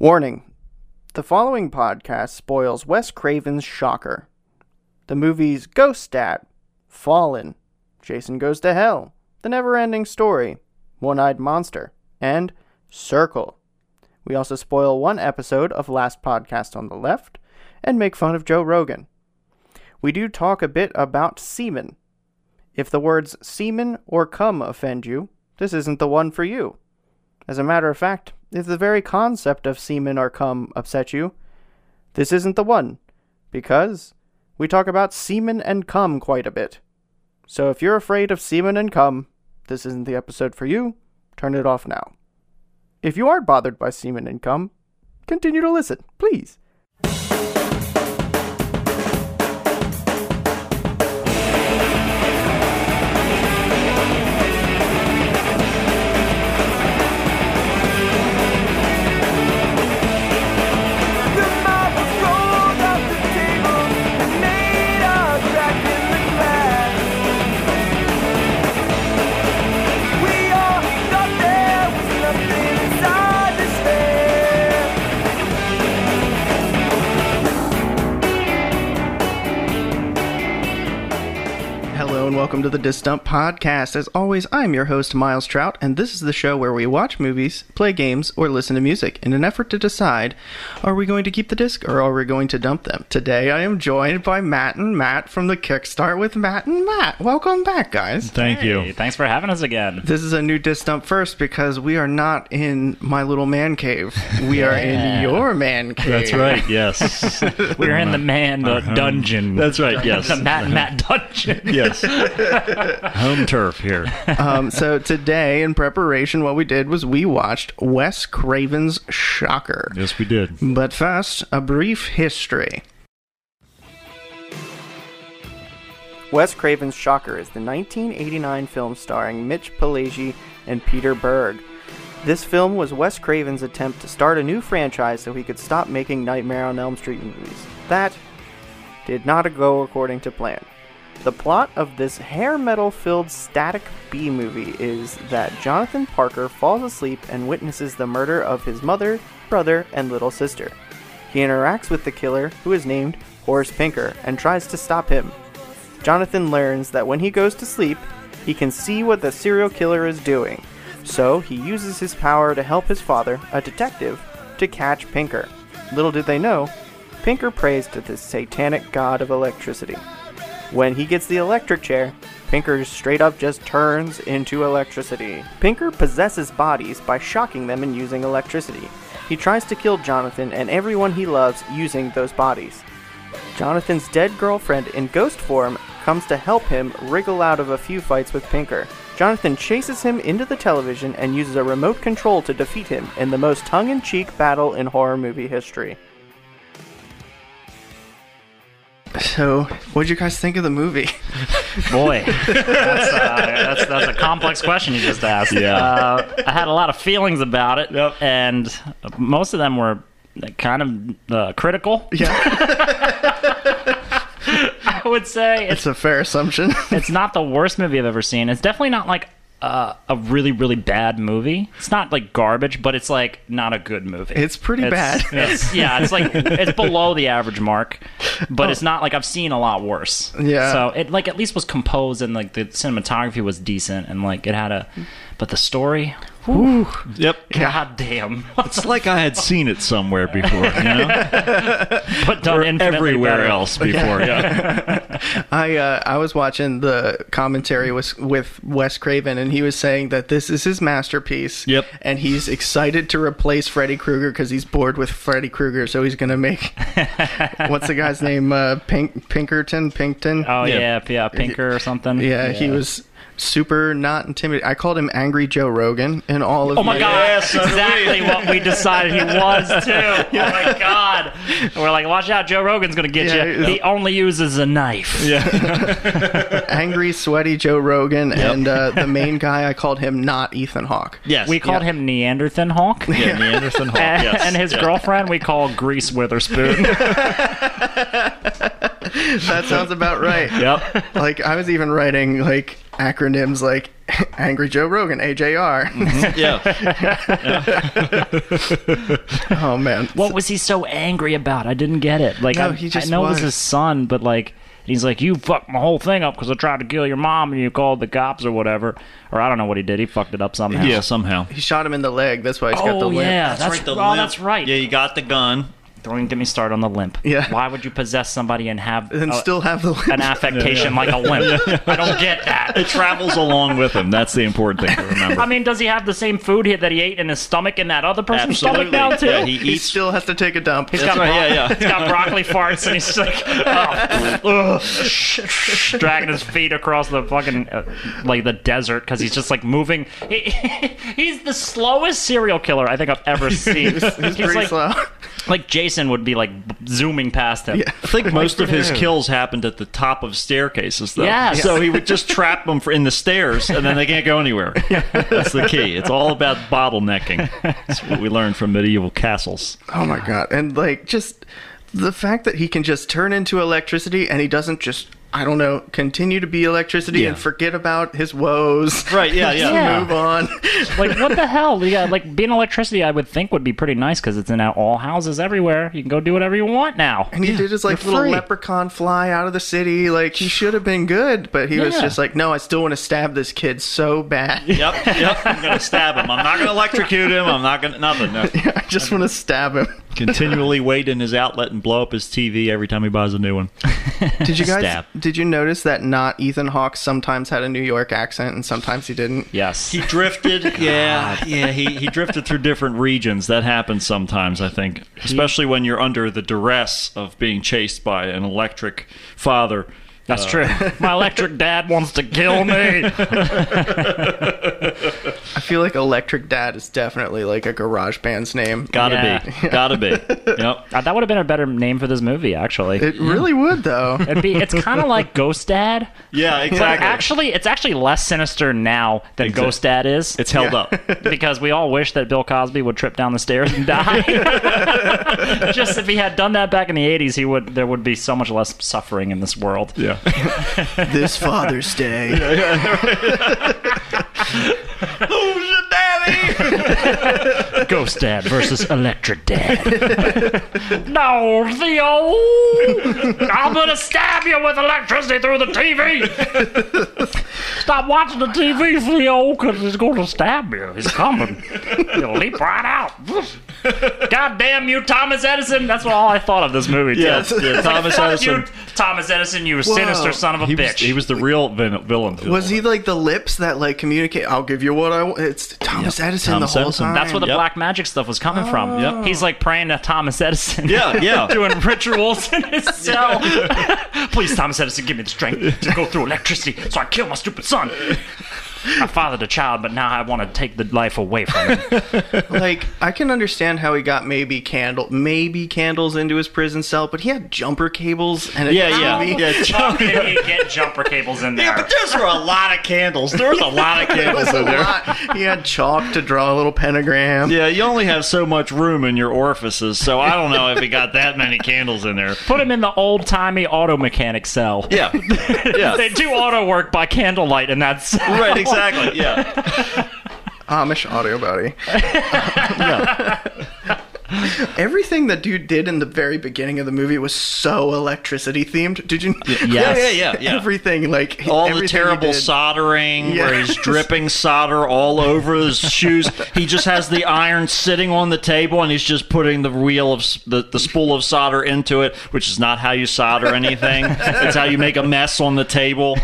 Warning The following podcast spoils Wes Craven's Shocker, the movies Ghost Dad, Fallen, Jason Goes to Hell, The Never Ending Story, One Eyed Monster, and Circle. We also spoil one episode of Last Podcast on the Left and make fun of Joe Rogan. We do talk a bit about semen. If the words semen or cum offend you, this isn't the one for you. As a matter of fact, if the very concept of semen or cum upset you, this isn't the one, because we talk about semen and cum quite a bit. So if you're afraid of semen and cum, this isn't the episode for you. Turn it off now. If you aren't bothered by semen and cum, continue to listen, please. The marbles rolled off the table and made a crack in the glass. We all thought there was nothing inside this fair. Hello and welcome to the Distump Podcast. As always, I'm your host, Miles Trout, and this is the show where we watch movies, play games, or listen to music in an effort to decide are we going to keep the disc or are we going to dump them? Today I am joined by Matt and Matt from the Kickstart with Matt and Matt. Welcome back, guys. Thank Hey, you. thanks for having us again. This is a new Distump first because we are not in my little man cave. We are in your man cave. That's right. Yes. We're in the man the dungeon. Uh-huh. That's right. Yes. Uh-huh. the Matt and Matt dungeon. yes. Home turf here. Um, so today, in preparation, what we did was we watched Wes Craven's Shocker. Yes, we did. But first, a brief history. Wes Craven's Shocker is the 1989 film starring Mitch Pileggi and Peter Berg. This film was Wes Craven's attempt to start a new franchise so he could stop making Nightmare on Elm Street movies. That did not go according to plan. The plot of this hair metal filled static B movie is that Jonathan Parker falls asleep and witnesses the murder of his mother, brother, and little sister. He interacts with the killer, who is named Horace Pinker, and tries to stop him. Jonathan learns that when he goes to sleep, he can see what the serial killer is doing, so he uses his power to help his father, a detective, to catch Pinker. Little did they know, Pinker prays to the satanic god of electricity. When he gets the electric chair, Pinker straight up just turns into electricity. Pinker possesses bodies by shocking them and using electricity. He tries to kill Jonathan and everyone he loves using those bodies. Jonathan's dead girlfriend in ghost form comes to help him wriggle out of a few fights with Pinker. Jonathan chases him into the television and uses a remote control to defeat him in the most tongue in cheek battle in horror movie history. So, what'd you guys think of the movie? Boy, that's, uh, that's, that's a complex question you just asked. Yeah. Uh, I had a lot of feelings about it, Yep. and most of them were kind of uh, critical. Yeah, I would say it's that's a fair assumption. it's not the worst movie I've ever seen. It's definitely not like uh, a really really bad movie. It's not like garbage, but it's like not a good movie. It's pretty bad. It's, yeah, it's like it's below the average mark, but it's not like I've seen a lot worse. Oh. Yeah. So it like at least was composed and like the cinematography was decent and like it had a, but the story, Yep. god damn, It's like I had seen it somewhere before, you know? but done infinitely Everywhere better. else before. Yeah. I uh, I was watching the commentary with with Wes Craven, and he was saying that this is his masterpiece. Yep. And he's excited to replace Freddy Krueger because he's bored with Freddy Krueger, so he's gonna make what's the guy's name? Uh, Pink Pinkerton Pinkton. Oh Yeah. yeah, yeah, Pinker or something. yeah, he was super not intimidated. I called him Angry Joe Rogan in all of. Oh my god! Yes, so do we. exactly what we decided he was too. Oh my god! And we're like, watch out, Joe Rogan's gonna get Yeah, you. yeah. He only uses a knife. Angry sweaty Joe Rogan and uh, the main guy. I called him not Ethan Hawke. Yes. We called him Neanderthal Hawk. yeah, Neanderthal Hawk. And, Yes. and his yeah. girlfriend we call Grease Witherspoon. That sounds about right. Yep. like I was even writing like acronyms like Angry Joe Rogan, Mm-hmm. AJR. yeah. oh man. What was he so angry about? I didn't get it. Like, No, I, he just I know it was was. his son, but like, he's like, you fucked my whole thing up because I tried to kill your mom and you called the cops or whatever. Or I don't know what he did. He fucked it up somehow. Yeah, somehow. He shot him in the leg. That's why he's got the Oh limp. yeah, that's, the oh, limp. that's right. Yeah, you got the gun. Don't even get me started on the limp. Yeah. Why would you possess somebody and have And uh, still have the limp. an affectation like a limp? I don't get that. It travels along with him. That's the important thing to remember. I mean, does he have the same food here that he ate in his stomach and that other person's Absolutely. stomach now too? Yeah, he he eats. still has to take a dump. He's got, right, bro- yeah, yeah. he's got broccoli farts, and he's just like, oh, dragging his feet across the fucking uh, like the desert because he's just like moving. He, he's the slowest serial killer I think I've ever seen. he's Pretty like, slow. like Jason would be like zooming past him. Yeah. I think most of his kills happened at the top of staircases, though. Yes. So he would just trap them for, in the stairs, and then they can't go anywhere. That's the key. It's all about bottlenecking. That's what we learned from medieval castles. Oh my god. And like just the fact that he can just turn into electricity and he doesn't just I don't know, continue to be electricity Yeah. and forget about his woes. Right, yeah, yeah. Yeah. Move on. Like what the hell? Yeah, like being electricity, I would think would be pretty nice because it's in all houses everywhere. You can go do whatever you want now. And he did his like you're little free. leprechaun fly out of the city. Like he should have been good, but he was Yeah. just like, no, I still want to stab this kid so bad. Yep, yep. I'm going to stab him. I'm not going to electrocute him. I'm not going to nothing. No. I just want to stab him. Continually wait in his outlet and blow up his TV every time he buys a new one. Did you guys? Stab. Did you notice that not Ethan Hawke sometimes had a New York accent and sometimes he didn't? Yes. He drifted. yeah, yeah. He, he drifted through different regions. That happens sometimes, I think, especially when you're under the duress of being chased by an electric father. uh, That's true. My electric dad wants to kill me. Uh, I feel like Electric Dad is definitely like a garage band's name. Gotta Yeah. be. Gotta be. Yep. Uh, that would have been a better name for this movie, actually. It really would though. It'd be, it's kind of like Ghost Dad. Yeah, But exactly. actually, it's actually less sinister now than Exact- Ghost Dad is. it's held up. because we all wish that Bill Cosby would trip down the stairs and die. Just if he had done that back in the '80s, he would. There would be so much less suffering in this world. Yeah. this Father's Day. Who's your daddy? Ghost Dad versus Electric Dad. no, Theo! I'm gonna stab you with electricity through the TV! Stop watching the TV, Theo, because he's gonna stab you. He's coming. He'll leap right out. God damn you, Thomas Edison! That's what all I thought of this movie, too. Yes. Yeah, Thomas Fuck Edison. You, Thomas Edison, you sinister son of a He was, bitch. he was the real vin- villain. to the Was whole he like the lips that like communicate? I'll give you what I want. It's Thomas Edison Thomas the whole Edison. time. That's where the Yep. Oh. black magic stuff was coming from. Yep. He's like praying to Thomas Edison. Yeah, yeah. doing rituals in his cell. Please, Thomas Edison, give me the strength to go thing. through electricity so I kill my stupid son. I fathered a child, but now I want to take the life away from him. like I can understand how he got maybe candle, maybe candles into his prison cell, but he had jumper cables and a Yeah, yeah, TV. yeah. How did he get jumper cables in Yeah, there? but those were a lot of candles. There was a lot of candles in there. He had chalk to draw a little pentagram. Yeah, you only have so much room in your orifices, so I don't know if he got that many candles in there. Put him in the old timey auto mechanic cell. Yeah, yeah, They do auto work by candlelight in that cell. right, exactly. Yeah, Amish audio body. Everything the dude did in the very beginning of the movie was so electricity themed. Did you? Yes. yeah, yeah, yeah. Everything like all everything the he terrible did. soldering where Yeah. he's dripping solder all over his shoes. He just has the iron sitting on the table, and he's just putting the wheel of s- the, the spool of solder into it, which is not how you solder anything. it's how you make a mess on the table.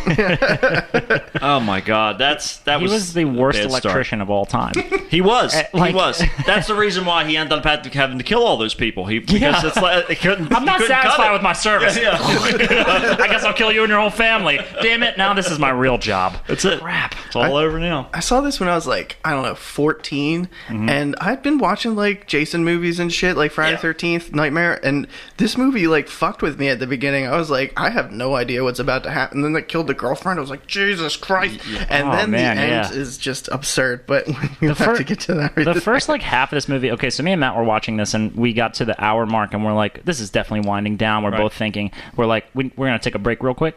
oh my god, that's that He was the a worst bad start. electrician of all time. He was. like- he was. That's the reason why he ended up having to- having to kill all those people. He because Yeah. it's like he couldn't. I'm not satisfied with my service. Yeah, I guess I'll kill you and your whole family. Damn it, now this is my real job. that's it. Crap. It's all over now. I saw this when I was like, I don't know, 14, Mm-hmm. and I'd been watching like Jason movies and shit, like Friday Yeah. 13th, Nightmare, and this movie like fucked with me at the beginning. I was like, I have no idea what's about to happen. And then that killed the girlfriend. I was like, Jesus Christ. And Oh, then man, the end yeah. is just absurd, but we have fir- to get to that. The first like half of this movie, okay, so me and Matt were watching this and we got to the hour mark and we're like, this is definitely winding down. We're both thinking, we're like, we, we're going to take a break real quick.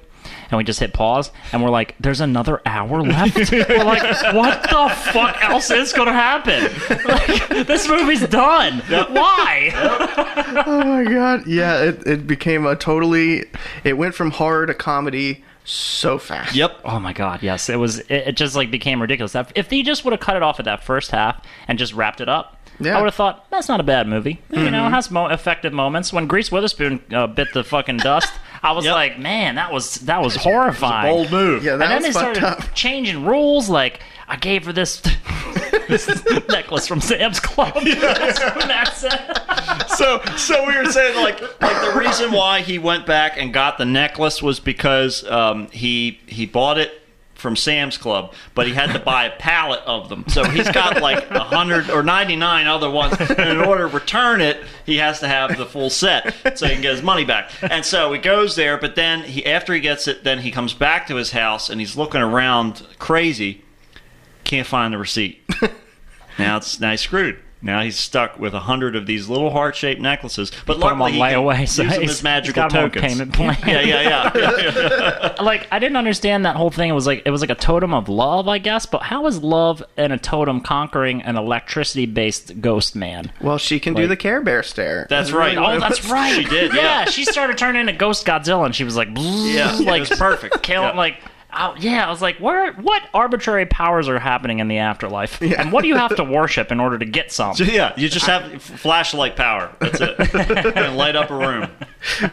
and we just hit pause and we're like, there's another hour left. we're like, what the fuck else is gonna happen? Like, this movie's done. Why? Oh my god. Yeah, it, it became a totally. It went from horror to comedy so fast. Yep. Oh my god, yes. It was it, it just like became ridiculous. That- If they just would have cut it off at that first half and just wrapped it up, Yeah. I would have thought that's not a bad movie. You know, it has mo- effective moments. When Grease Witherspoon uh, bit the fucking dust, I was Yep. like, man, that was that was horrifying. Bold move. Yeah, and that then they was fucked started up. changing rules. Like I gave her this, this necklace from Sam's Club. That's so so we were saying like like the reason why he went back and got the necklace was because um, he he bought it from Sam's Club, but he had to buy a pallet of them. So he's got like a hundred or ninety nine other ones. And in order to return it, he has to have the full set so he can get his money back. And so he goes there, but then he after he gets it, then he comes back to his house and he's looking around crazy, can't find the receipt. Now it's now he's screwed. Now he's stuck with a hundred of these little heart-shaped necklaces. But put 'em luckily, on he can layaway, use so them he's- as he's magical got 'em on tokens. payment plan. Yeah, yeah, yeah. like I didn't understand that whole thing. It was like it was like a totem of love, I guess. But how is love and a totem conquering an electricity-based ghost man? Well, she can do the Care Bear stare. That's right. Oh, that's right. She did. Yeah, Yeah, she started turning into Ghost Godzilla, and she was like, yeah. "Bzzz," yeah like it was perfect. kill, yeah. like. Oh, yeah, I was like, where? What arbitrary powers are happening in the afterlife, and what do you have to worship in order to get some? yeah. You just have f- flashlight power. That's it. and light up a room.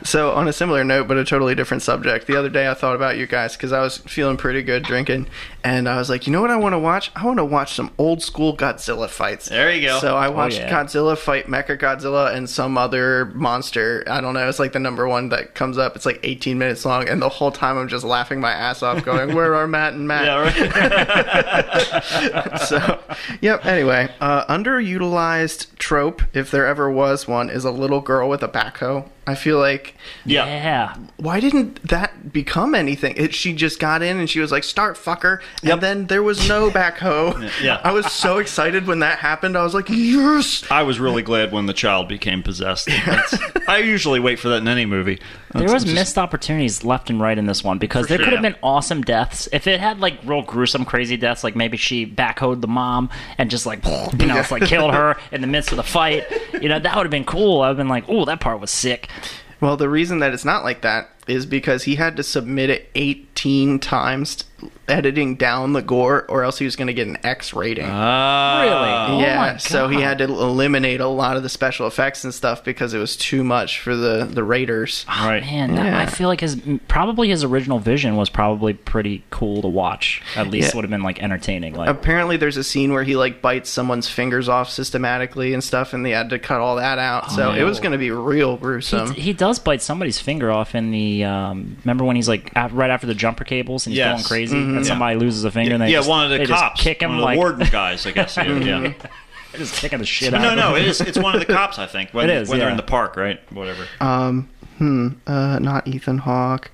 So, on a similar note, but a totally different subject, the other day I thought about you guys because I was feeling pretty good drinking, and I was like, you know what I want to watch? I want to watch some old school Godzilla fights. There you go. So I watched yeah. Godzilla fight Mecha Godzilla and some other monster. I don't know. It's like the number one that comes up. It's like 18 minutes long, and the whole time I'm just laughing my ass off, going, "Where are Matt and Matt?" Yeah, right. so, yep. Anyway, uh, underutilized trope, if there ever was one, is a little girl with a backhoe. I feel like Yeah. Yeah, why didn't that become anything? It, she just got in and she was like, "Start, fucker," and then there was no backhoe. Yeah. I was so excited when that happened. I was like, "Yes!" I was really glad when the child became possessed. That's- I usually wait for that in any movie. there That's- was just- missed opportunities left and right in this one because there sure. could have Yeah. been awesome deaths if it had like real gruesome, crazy deaths. Like maybe she backhoed the mom and just like you know, it's like killed her in the midst of the fight. You know, that would have been cool. I've been like, oh, that part was sick. Well, the reason that it's not like that is because he had to submit it 18 times, editing down the gore, or else he was going to get an X rating. Oh Really? Uh, Oh yeah, so he had to eliminate a lot of the special effects and stuff because it was too much for the the Raiders. right. Man, that- Yeah. I feel like his probably his original vision was probably pretty cool to watch. At least Yeah. would have been like entertaining. Like Apparently, there's a scene where he like bites someone's fingers off systematically and stuff, and they had to cut all that out. so it was going to be real gruesome. Oh. he does bite somebody's finger off in the. Um, remember when he's like af- right after the jumper cables and he's Yes. Mm-hmm. going crazy and somebody loses a finger and they Yeah, just, one of the they just cops, kick one him of like Mm-hmm. the warden guys, I guess. Yeah, yeah. they're just kicking the shit out. No, of no, him. it is. It's one of the cops, I think. When, It is, when they're yeah. in the park, right? Whatever. um, hmm, uh, not Ethan Hawke.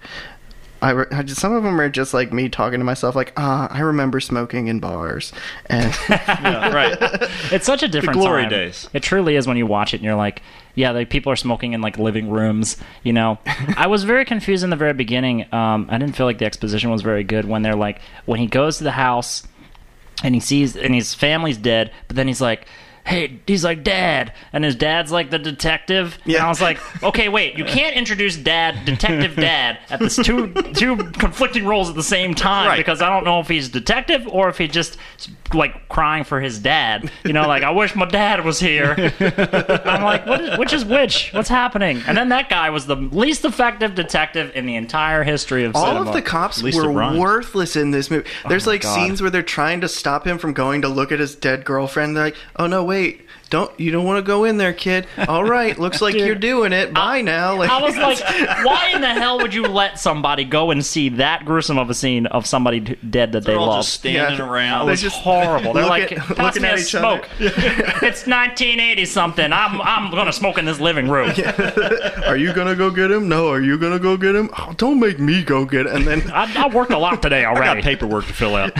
I, re- I just, some of them are just like me talking to myself, like, ah, I remember smoking in bars, and yeah, right. It's such a different glory time. days. It truly is when you watch it and you're like, yeah, like people are smoking in like living rooms. You know, I was very confused in the very beginning. Um, I didn't feel like the exposition was very good when they're like when he goes to the house and he sees and his family's dead, but then he's like. Hey, he's like dad, and his dad's like the detective. Yeah, and I was like, okay, wait, you can't introduce dad, detective dad, at this two two conflicting roles at the same time Right. because I don't know if he's detective or if he's just like crying for his dad. You know, like I wish my dad was here. I'm like, what is, which is which? What's happening? And then that guy was the least effective detective in the entire history of all cinema. of the cops least it were rhymes. worthless in this movie. There's like Oh God. scenes where they're trying to stop him from going to look at his dead girlfriend. They're like, "Oh no, wait, don't you don't want to go in there, kid? All right, looks like you're doing it. Bye now." Like, I was like, why in the hell would you let somebody go and see that gruesome of a scene of somebody d- dead that They're they all love? just standing Yeah. around. They It's just horrible. They're look like, at- pass looking me at a each smoke. other. it's 1980 something. I'm I'm gonna smoke in this living room. "Are you gonna go get him? No, are you gonna go get him? Oh, don't make me go get." Him. And then I, I worked a lot today got already. paperwork to fill out.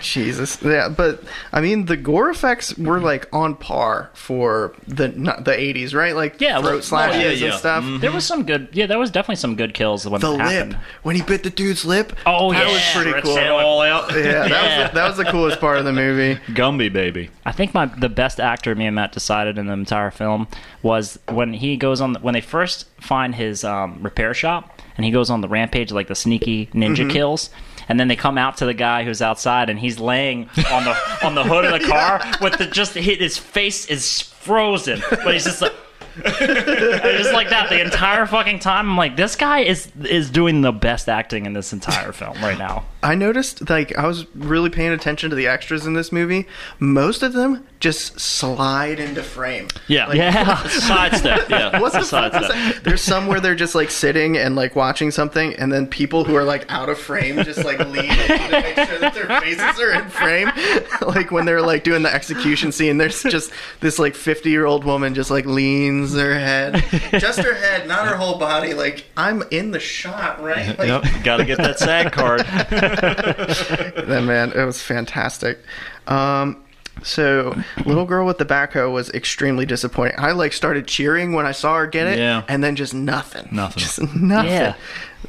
Jesus, yeah. But I mean, the gore effects were we're like on par for the not the 80s, right? Like Yeah, well, throat slashes yeah, and yeah. stuff. There was some good. Yeah, there was definitely some good kills when The that happened. lip when he bit the dude's lip. Oh that yeah, was pretty Rips cool. it all out. Yeah, that Yeah. was the, that was the coolest part of the movie. Gumby baby. I think my the best actor me and Matt decided in the entire film was when he goes on the, when they first find his um, repair shop and he goes on the rampage like the sneaky ninja kills. And then they come out to the guy who's outside, and he's laying on the on the hood of the car with the just hit. His face is frozen, but he's just like and just like that the entire fucking time. I'm like, this guy is is doing the best acting in this entire film right now. I noticed, like, I was really paying attention to the extras in this movie. Most of them just slide into frame. Yeah. Yeah. Sidestep. Yeah. What the fuck was Sidestep. that? There's some where they're just like sitting and like watching something, and then people who are like out of frame just like lean in to make sure that their faces are in frame. like when they're like doing the execution scene, there's just this like 50 year old woman just like leans her head, just her head, not her whole body. Like I'm in the shot, right? Like, Yep. Got to get that SAG card. That man, it was fantastic. Um, so, little girl with the backhoe was extremely disappointing. I like started cheering when I saw her get it, Yeah. and then just nothing, Nothing. just nothing. Yeah.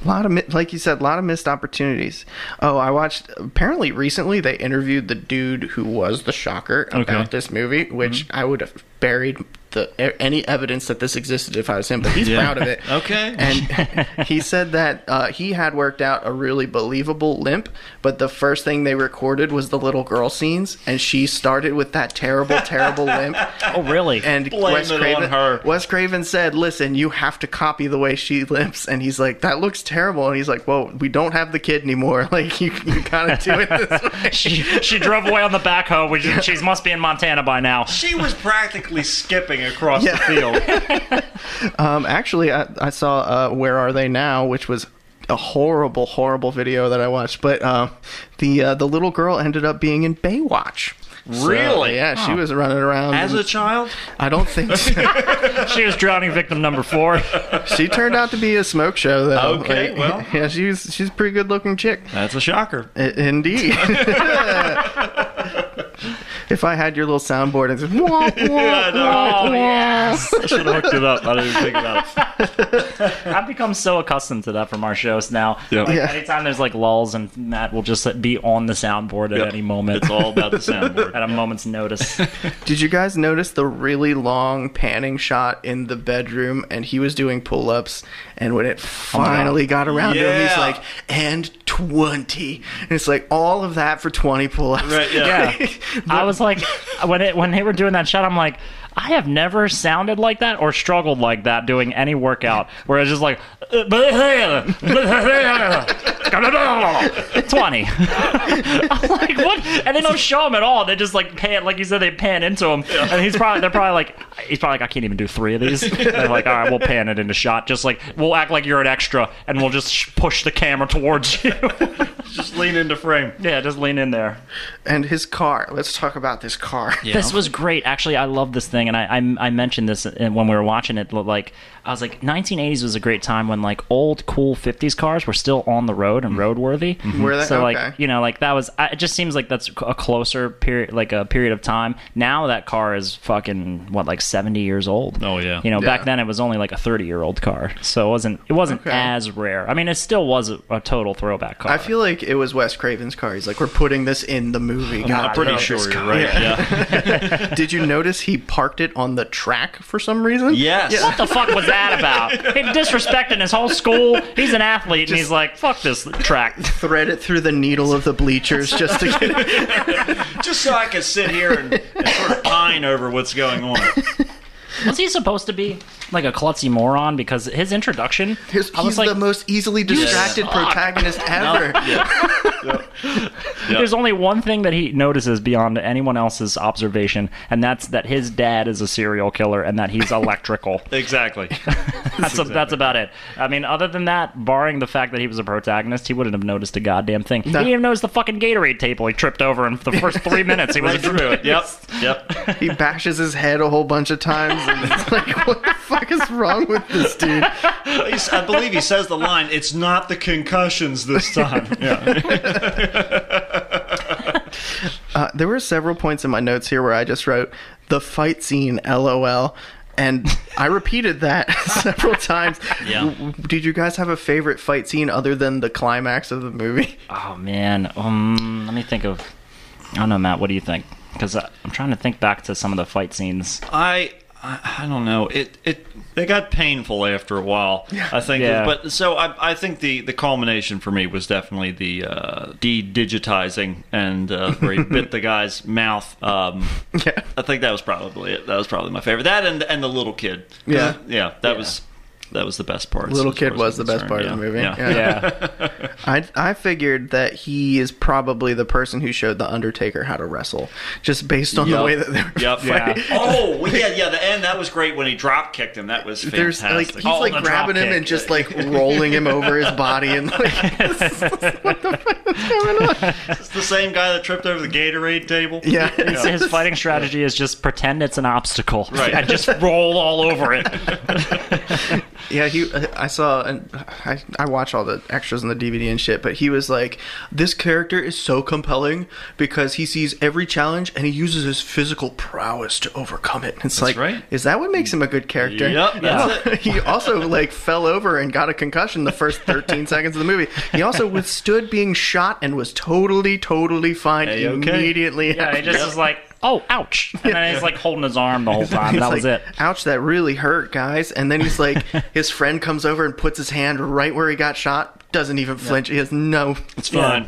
A lot of, mi- like you said, a lot of missed opportunities. Oh, I watched. Apparently, recently they interviewed the dude who was the shocker about Okay. Mm-hmm. this movie, which I would have buried the e- any evidence that this existed if I was him. But he's Yeah. proud of it. Okay. And he said that uh, he had worked out a really believable limp, but the first thing they recorded was the little girl scenes, and she started with that terrible, terrible limp. Oh, really? And Blame Wes it on Craven, her. Wes Craven said, "Listen, you have to copy the way she limps," and he's like, "That looks terrible." And he's like, "Well, we don't have the kid anymore. Like, you, you gotta do it this way." she, she drove away on the backhoe. Which she must be in Montana by now. She was practically skipping across Yeah. the field. Um, actually, I, I saw uh, "Where Are They Now," which was a horrible, horrible video that I watched. But uh, the uh, the little girl ended up being in Baywatch. So, Really? yeah, she was running around. As and- a child, I don't think so. She was drowning victim number four. Oh, she turned out to be a smoke show though. Okay, well. yeah, she's she's a pretty good looking chick. that's a shocker. I- Indeed. if I had your little soundboard and just wah, wah, Oh yes! I should have hooked it up. I didn't think about it. I've become so accustomed to that from our shows now. Yep. Like, Yeah. Anytime there's like lulls, and Matt will just like, be on the soundboard at Yep. any moment. It's all about the soundboard. at a moment's notice. Did you guys notice the really long panning shot in the bedroom? And he was doing pull ups. And when it finally got around to him, he's Oh Yeah. like, and 20. And it's like, all of that for 20 pull ups. Right, yeah. I was like, when it when they were doing that shot, I'm like, I have never sounded like that or struggled like that doing any workout. Where it's just like, twenty. I'm like, what? And they don't show him at all. They just like pan, like you said, they pan into him, and he's probably they're probably like, he's probably like, I can't even do three of these. They're like, all right, we'll pan it into shot. Just like we'll act like you're an extra, and we'll just sh- push the camera towards you. Just lean into frame. yeah, just lean in there. And his car. Let's talk about this car. This was great. Actually, I love this thing, and I, I, I mentioned this in- when we were watching it. Like, I was like, 1980s was a great time when like old cool 50s cars were still on the road and roadworthy. Mm-hmm. Were they? So Okay. like, you know, like that was. I, it just seems like that's a closer period, like a period of time. Now that car is fucking what, like 70 years old. Oh, yeah. You know, Yeah. back then it was only like a 30 year old car, so it wasn't it wasn't Okay. as rare. I mean, it still was a, a total throwback car. I feel like it was Wes Craven's car. He's like, we're putting this in the movie. God, I'm pretty no. sure you're right. Yeah. Did you notice he parked it on the track for some reason? Yes. What the fuck was that about? He's disrespecting his whole school. He's an athlete, and he's like, "Fuck this track." Thread it through the needle of the bleachers just to get it. Just so I could sit here and, and sort of pine over what's going on. Was he supposed to be like a klutzy moron? Because his introduction, He's I was he's like, the most easily distracted protagonist ever. "There's only one thing that he notices beyond anyone else's observation, and that's that his dad is a serial killer and that he's electrical." Exactly. that's a, that's about it. I mean, other than that, barring the fact that he was a protagonist, he wouldn't have noticed a goddamn thing. He didn't even notice the fucking Gatorade table he tripped over in the first three minutes. He was Right through it. Yep. Yep. He bashes his head a whole bunch of times, and it's like, what the fuck is wrong with this dude? He's- I believe he says the line, it's not the concussions this time. Yeah. Uh, there were several points in my notes here where I just wrote the fight scene, lol. And I repeated that several times. Yeah. Did you guys have a favorite fight scene other than the climax of the movie? Oh man, um, let me think of. I don't know, Matt. What do you think? Because I'm trying to think back to some of the fight scenes. I I I don't know. It it they got painful after a while. I think. Yeah. But so I I think the the culmination for me was definitely the uh, de-digitizing and uh, where he bit the guy's mouth. Um, Yeah. I think that was probably it. That was probably my favorite. That and and the little kid. Yeah. Yeah. That was. That was the best part. Little as kid far as was the I'm best part of the concerned. movie. Yeah. Yeah, I, I figured that he is probably the person who showed the Undertaker how to wrestle, just based on the Yup. way that they were Yup. fighting. Oh, well, yeah, yeah. The end that was great when he drop kicked him. That was fantastic. There's like he's Oh, the like grabbing him dropkick. and just like rolling him over his body and like It's the same guy that tripped over the Gatorade table. yeah. His- his fighting strategy is just pretend it's an obstacle Right. and just roll all over it. Yeah, he. uh, I saw, and I, I watch all the extras on the DVD and shit. But he was like, this character is so compelling because he sees every challenge and he uses his physical prowess to overcome it. It's like, right. is that what makes him a good character? Yup, that's it. he also like fell over and got a concussion the first 13 seconds of the movie. He also withstood being shot and was totally, totally fine A-okay. immediately. Yeah, he after. just is like, oh, ouch, and then he's like holding his arm the whole time. That He's was like, it. Ouch, that really hurt, guys. And then he's like, his friend comes over and puts his hand right where he got shot. Doesn't even flinch. He has no. It's fun.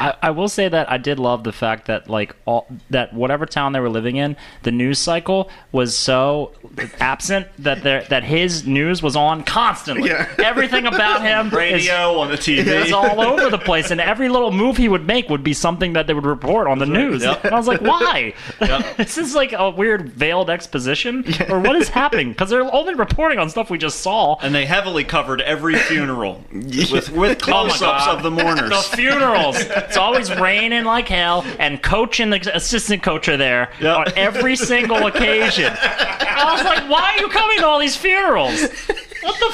I, I will say that I did love the fact that like all that whatever town they were living in, the news cycle was so absent that there that his news was on constantly. Yeah. Everything about him is- Radio on the TV. It was all over the place, and every little move he would make would be something that they would report on the news. Yep. And I was like, why? Yep. this is like a weird veiled exposition, or what is happening? Because they're only reporting on stuff we just saw. and they heavily covered every funeral with Oh with close-ups God. of the mourners. The funerals. It's always raining like hell, and coach and the assistant coach are there Yep. on every single occasion. I was like, why are you coming to all these funerals? What the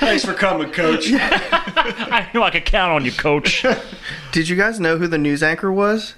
Thanks for coming, Coach. I knew I could count on you, coach. Did you guys know who the news anchor was?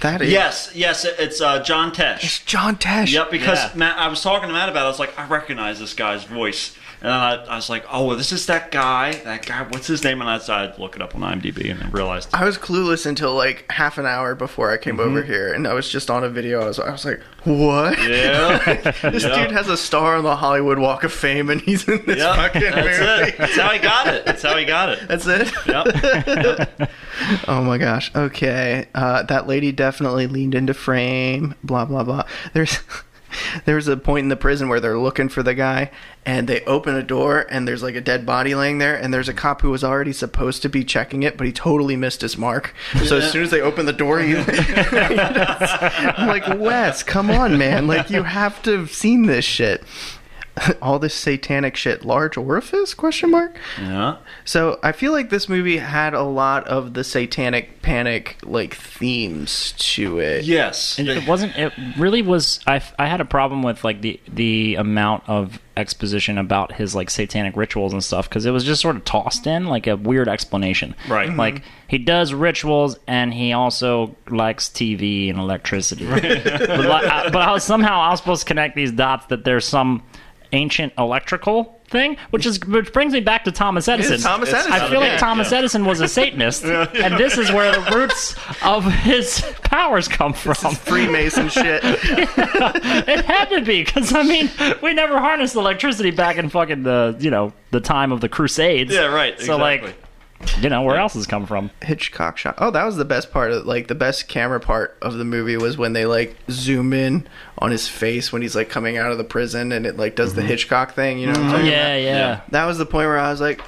That is. Yes, yes, it- it's uh, John Tesh. John Tesh. Yep, because Yeah. Matt, I was talking to Matt about. it. I was like, I recognize this guy's voice, and then I, I was like, oh, well, this is that guy. That guy. What's his name? And I decided to look it up on IMDb, and I realized. I was clueless until like half an hour before I Mm-hmm. came over here, and I was just on a video. I was, I was like, "What? Yeah, This dude has a star on the Hollywood Walk of Fame, and he's in this Yep, fucking that's movie." it. That's how he got it. That's how he got it. That's it. Yep. Oh my gosh. Okay. Uh, that lady definitely leaned into frame. Blah blah blah. There's there's a point in the prison where they're looking for the guy, and they open a door, and there's like a dead body laying there, and there's a cop who was already supposed to be checking it, but he totally missed his mark. So as soon as they open the door, he, I'm like, Wes, come on, man. Like you have to have seen this shit. All this satanic shit. Large orifice? Question mark. Yeah. So I feel like this movie had a lot of the satanic panic like themes to it. Yes. And it wasn't. It really was. I, I had a problem with like the the amount of exposition about his like satanic rituals and stuff because it was just sort of tossed in like a weird explanation. Right. Mhm. Like he does rituals and he also likes TV and electricity. but, like, I, but I was, somehow I was supposed to connect these dots that there's some ancient electrical thing, which is which brings me back to Thomas Edison. Thomas Edison. I feel Yeah. like Thomas Edison was a Satanist, and this is where the roots of his powers come from. Freemason shit. It had to be, because I mean, we never harnessed electricity back in fucking the you know the time of the Crusades. Yeah, right. So exactly. like, you know, where else has come from? Hitchcock shot. Oh, that was the best part of like the best camera part of the movie was when they like zoom in on his face when he's like coming out of the prison and it like does the Hitchcock thing, you know what I'm talking about? Mm-hmm. Yeah, yeah. That was the point where I was like,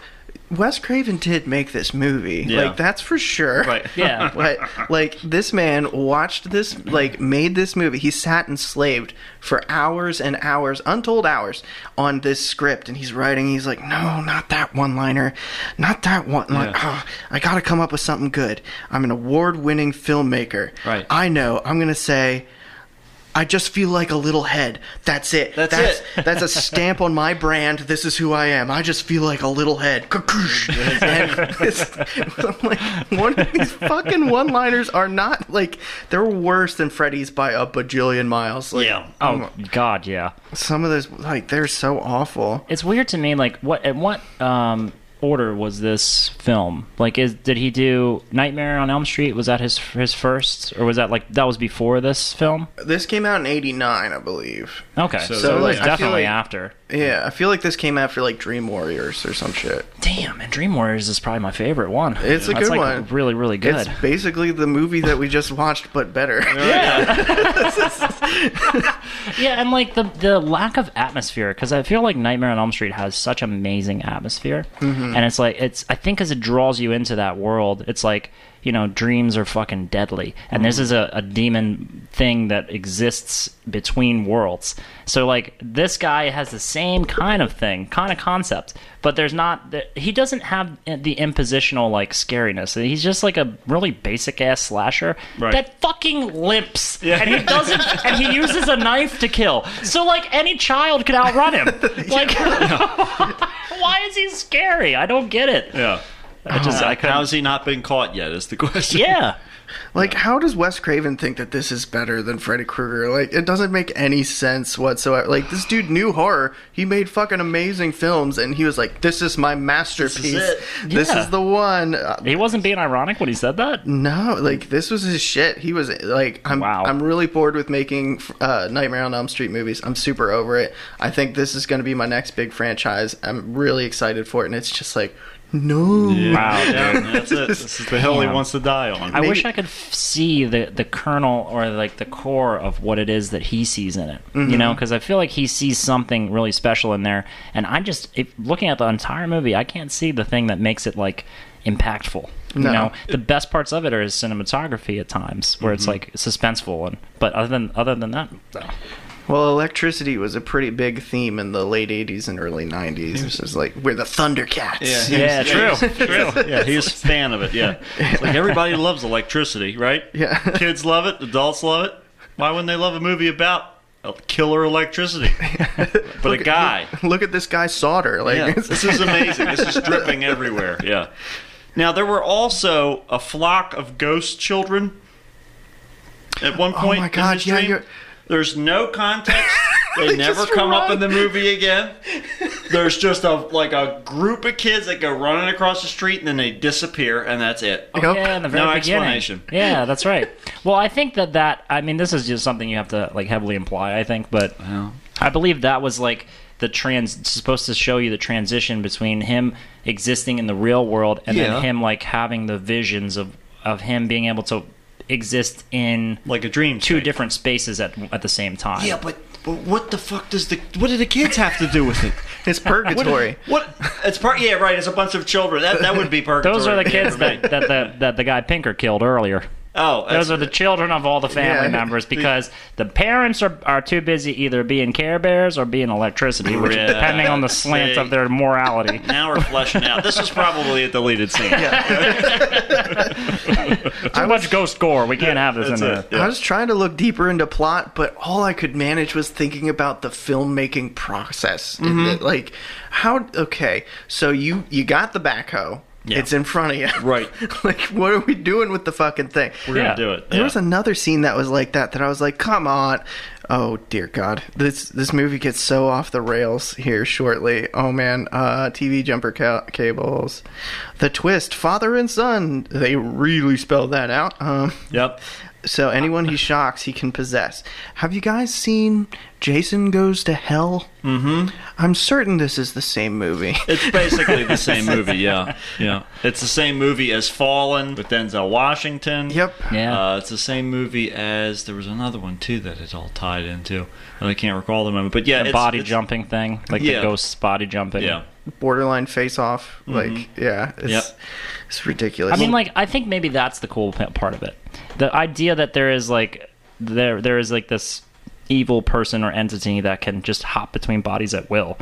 Wes Craven did make this movie. Yeah. Like that's for sure. Right. Yeah. but like this man watched this like made this movie he sat enslaved for hours and hours untold hours on this script and he's writing he's like no not that one liner not that one like oh, i gotta come up with something good i'm an award-winning filmmaker Right. i know i'm gonna say I just feel like a little head. That's it. That's that's, it. that's a stamp on my brand. This is who I am. I just feel like a little head. Kakoosh. And it's- I'm like, one of these fucking one-liners are not like they're worse than Freddy's by a bajillion miles. Like, Yeah. Oh God, yeah. Some of those like they're so awful. It's weird to me. Like, what? At what um, order was this film? Like, is did he do Nightmare on Elm Street? Was that his his first, or was that like that was before this film? This came out in '89, I believe. Okay, so, like, it was I feel definitely like- after. Yeah, I feel like this came after like Dream Warriors or some shit. Damn, and Dream Warriors is probably my favorite one. It's a That's, good like, one. Really, really good. It's basically the movie that we just watched, but better. Yeah, and like the the lack of atmosphere because I feel like Nightmare on Elm Street has such amazing atmosphere, and it's like it's I think as it draws you into that world, it's like you know dreams are fucking deadly, and this is a, a demon thing that exists between worlds. So like this guy has the same kind of thing, kind of concept, but there's not the- he doesn't have the impositional like scariness. He's just like a really basic ass slasher Right. that fucking limps and he doesn't and he uses a knife to kill so like any child could outrun him like why is he scary i don't get it Yeah. I just, I couldn't- Ah, How's he not been caught yet? Is the question. yeah Like, how does Wes Craven think that this is better than Freddy Krueger? Like, it doesn't make any sense whatsoever. Like, this dude knew horror. He made fucking amazing films, and he was like, "This is my masterpiece. This is, it." Yeah. the one." Uh, he wasn't being ironic when he said that No, like this was his shit. He was like, "I'm, Wow. I'm really bored with making uh, Nightmare on Elm Street movies. I'm super over it. I think this is going to be my next big franchise. I'm really excited for it." And it's just like, no. wow dude. Yeah, that's it. This is the hill he wants to die on. I wish I could f- see the the kernel or like the core of what it is that he sees in it. You know, because I feel like he sees something really special in there, and I just if, looking at the entire movie, I can't see the thing that makes it like impactful. No. You know, the best parts of it are his cinematography at times, where it's like suspenseful, and but other than other than that, though. Well, electricity was a pretty big theme in the late '80s and early '90s. This is like we're the Thundercats. yeah, true. True. Yeah, he's a fan of it. Yeah, it's like everybody loves electricity, right? Yeah. kids love it. Adults love it. Why wouldn't they love a movie about a killer electricity? But a guy. Look at this guy solder. Like, Yeah, it's- this is amazing. This is dripping everywhere. Yeah. Now there were also a flock of ghost children. At one point, my in God, this yeah, dream. you're- there's no context. They, never just come up run. in the movie again. There's just a like a group of kids that go running across the street and then they disappear and that's it. Nope. Yeah, in the very No beginning. explanation. Yeah, that's right. Well, I think that that I mean this is just something you have to like heavily imply. I think, but I believe that was like the trans supposed to show you the transition between him existing in the real world and Yeah. then him like having the visions of of him being able to exist in Like a dream. two state. different spaces at at the same time. Yeah, but, but what the fuck does the what do the kids have to do with it? it's purgatory. What? It's part. Yeah, right. It's a bunch of children. That that would be purgatory. Those are the kids for me. that, that, that, that the guy Pinker killed earlier. Oh, that's- Those are the children of all the family Yeah. members because the parents are, are too busy either being Care Bears or being electricity, which Yeah. depending on the slant See. of their morality. Now we're fleshing out. This is probably a deleted scene. Too much ghost gore. We can't have this in That's there. it. I was trying to look deeper into plot, but all I could manage was thinking about the filmmaking process. And Mm-hmm. that, like, how? Okay, so you you got the backhoe. Yeah. It's in front of you. Right. like, what are we doing with the fucking thing? We're Yeah. gonna do it. There Yeah. was another scene that was like that that I was like, come on. Oh dear God. This this movie gets so off the rails here shortly. Oh man, uh TV jumper ca- cables. The twist, father and son. They really spelled that out. Um yep. so anyone he shocks, he can possess. Have you guys seen Jason Goes to Hell? Mm-hmm. I'm certain this is the same movie. It's basically the same movie. Yeah. Yeah. It's the same movie as Fallen with Denzel Washington. Yep. Yeah. Uh, it's the same movie as there was another one too that it all tied into, and I can't recall the moment. But yeah, the it's- body it's- jumping thing, like Yeah. the ghost's body jumping. Yeah. Borderline face off. Like, yeah. It's Mm-hmm. Yep. it's ridiculous. I mean, like, I think maybe that's the cool p- part of it. The idea that there is like there there is like this evil person or entity that can just hop Mm-hmm. between bodies at will,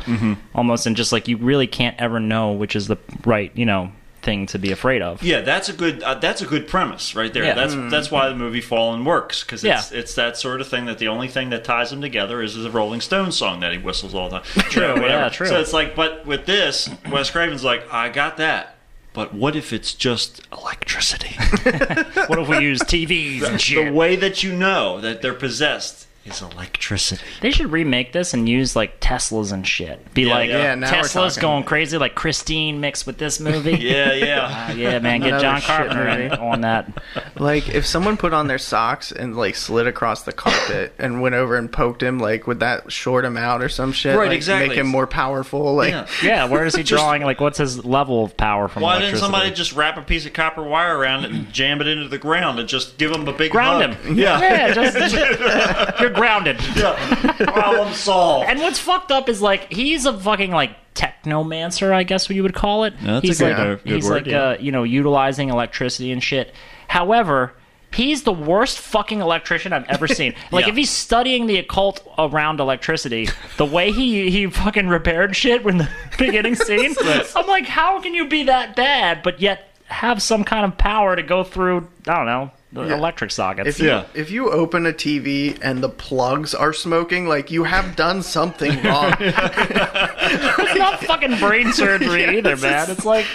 almost, and just like you really can't ever know which is the right, you know, thing to be afraid of. Yeah, that's a good uh, that's a good premise right there. Yeah. That's that's why the movie Fallen works because it's Yeah. it's that sort of thing that the only thing that ties them together is the Rolling Stones song that he whistles all the time. True, yeah, true. So it's like, but with this, Wes Craven's like, I got that, but what if it's just electricity? What if we use TVs and the shit? way that you know that they're possessed is electricity. They should remake this and use like Teslas and shit. Be like yeah. Yeah, now we're Tesla's talking. going crazy, like Christine mixed with this movie. Uh, Yeah, yeah. yeah, man, get Another John shit Carpenter in- movie. on that. Like if someone put on their socks and like slid across the carpet and went over and poked him, like would that short him out or some shit? Right, Like, exactly. Make him more powerful. Like Yeah. Yeah, where is he drawing? Like, what's his level of power from? Why didn't electricity? somebody just wrap a piece of copper wire around it and jam it into the ground and just give him a big ground hug? him? Yeah, just, you're grounded. Yeah. Problem solved. And what's fucked up is like he's a fucking like technomancer, I guess what you would call it. that's a he's good- like uh, good he's word, like yeah. uh, you know utilizing electricity and shit. However, he's the worst fucking electrician I've ever seen. Like Yeah. if he's studying the occult around electricity, the way he he fucking repaired shit when the beginning scene, I'm like, how can you be that bad but yet have some kind of power to go through? I don't know. the Electric sockets. If you, Yeah. if you open a TV and the plugs are smoking, like you have done something wrong. It's not fucking brain surgery either, it's man. It's like,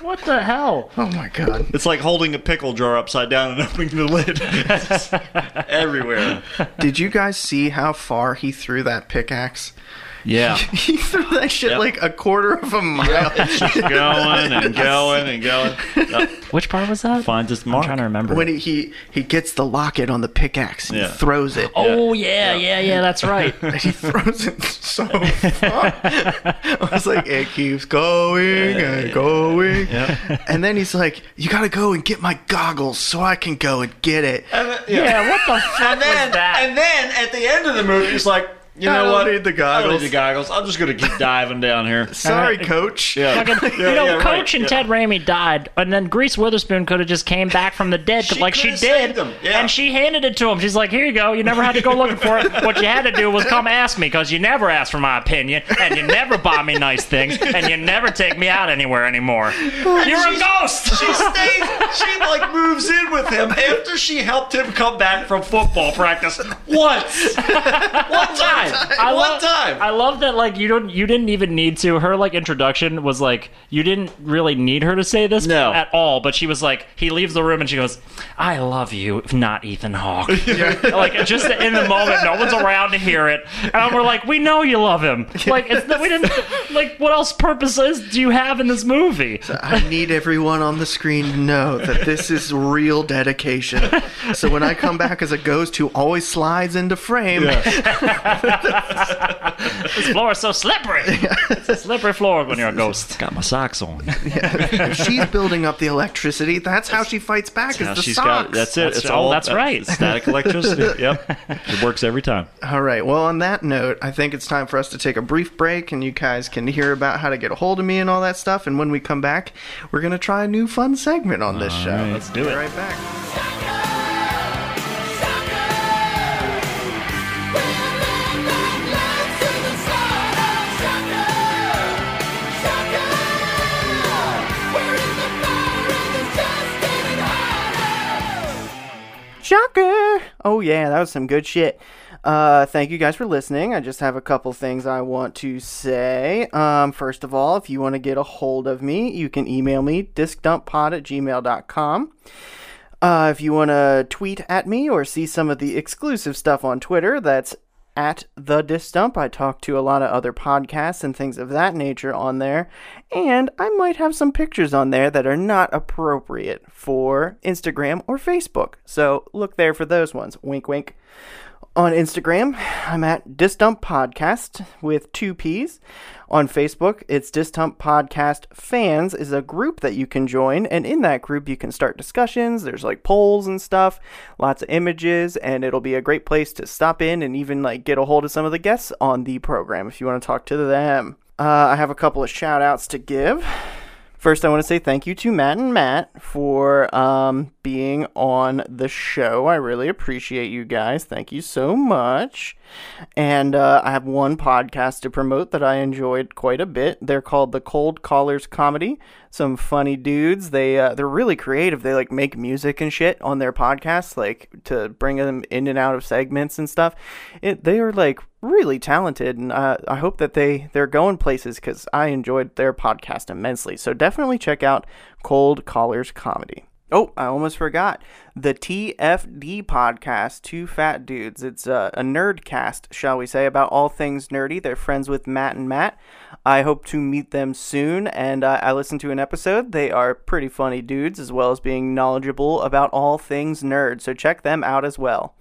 what the hell? oh my god. It's like holding a pickle jar upside down and opening the lid. It's everywhere. Did you guys see how far he threw that pickaxe? Yeah. He threw that shit Yep. like a quarter of a mile. going and going and going. Yep. Which part was that? Finds its I'm mark. trying to remember. When he, he he gets the locket on the pickaxe, and Yeah. he throws it. oh yeah, yeah, yeah, That's right. and he throws it so far. I was like, it keeps going and going. And then he's like, you gotta go and get my goggles so I can go and get it. Uh, yeah. What the fuck And then, was that? and then at the end of the movie, he's like, you I know don't what? need the I don't goggles. need the goggles. I'm just going to keep diving down here. Sorry, coach. Yeah. Fucking- Yeah, you know, yeah, Coach right, and yeah. Ted Raimi died, and then Grease Witherspoon could have just came back from the dead, 'cause She like she coulda saved did, him, yeah. and she handed it to him. She's like, "Here you go. You never had to go looking for it. What you had to do was come ask me, 'cause you never ask for my opinion, and you never buy me nice things, and you never take me out anywhere anymore. You're a ghost." She stays. She like moves in with him after she helped him come back from football practice once, one time, I one love- time. I love that like you don't you didn't even need to. Her like introduction was like you didn't really need her to say this No. at all, but she was like he leaves the room and she goes, "I love you, if not Ethan Hawke." like just in the moment, no one's around to hear it, and we're like, "We know you love him." Like it's, we didn't like what else purpose is do you have in this movie? I need everyone on the screen to know that this is real dedication. So when I come back as a ghost who always slides into frame, This floor is so slippery. It's a slippery floor when you're a ghost. Got my socks on. if she's building up the electricity, that's how she fights back is the she's socks. got. That's it. That's- it's oh, all. that's right. Static electricity. yep. It works every time. All right. Well, on that note, I think it's time for us to take a brief break, and you guys can hear about how to get a hold of me and all that stuff. And when we come back, we're gonna try a new fun segment on this show. Let's do be it. Right back. Shocker! Oh yeah, that was some good shit. Uh, thank you guys for listening. I just have a couple things I want to say. Um, first of all, if you want to get a hold of me, you can email me discdumppod at gmail.com. Uh, if you want to tweet at me or see some of the exclusive stuff on Twitter, that's at the disc dump. I talk to a lot of other podcasts and things of that nature on there, and I might have some pictures on there that are not appropriate for Instagram or Facebook. So look there for those ones. Wink, wink. On Instagram, I'm at Distump Podcast with two P's. On Facebook, it's Distump Podcast Fans is a group that you can join, and in that group you can start discussions. There's like polls and stuff, lots of images, and it'll be a great place to stop in and even like get a hold of some of the guests on the program if you want to talk to them. Uh, I have a couple of shout outs to give. First, I want to say thank you to Matt and Matt for um, being on the show. I really appreciate you guys. Thank you so much. And uh, I have one podcast to promote that I enjoyed quite a bit. They're called the Cold Callers Comedy. Some funny dudes. They uh, they're really creative. They like make music and shit on their podcasts, like to bring them in and out of segments and stuff. It, they are like really talented, and uh, I hope that they they're going places because I enjoyed their podcast immensely. So definitely check out Cold Callers Comedy. Oh, I almost forgot the TFD podcast, Two Fat Dudes. It's a, a nerd cast, shall we say, about all things nerdy. They're friends with Matt and Matt. I hope to meet them soon, and uh, I listened to an episode. They are pretty funny dudes, as well as being knowledgeable about all things nerd. So check them out as well.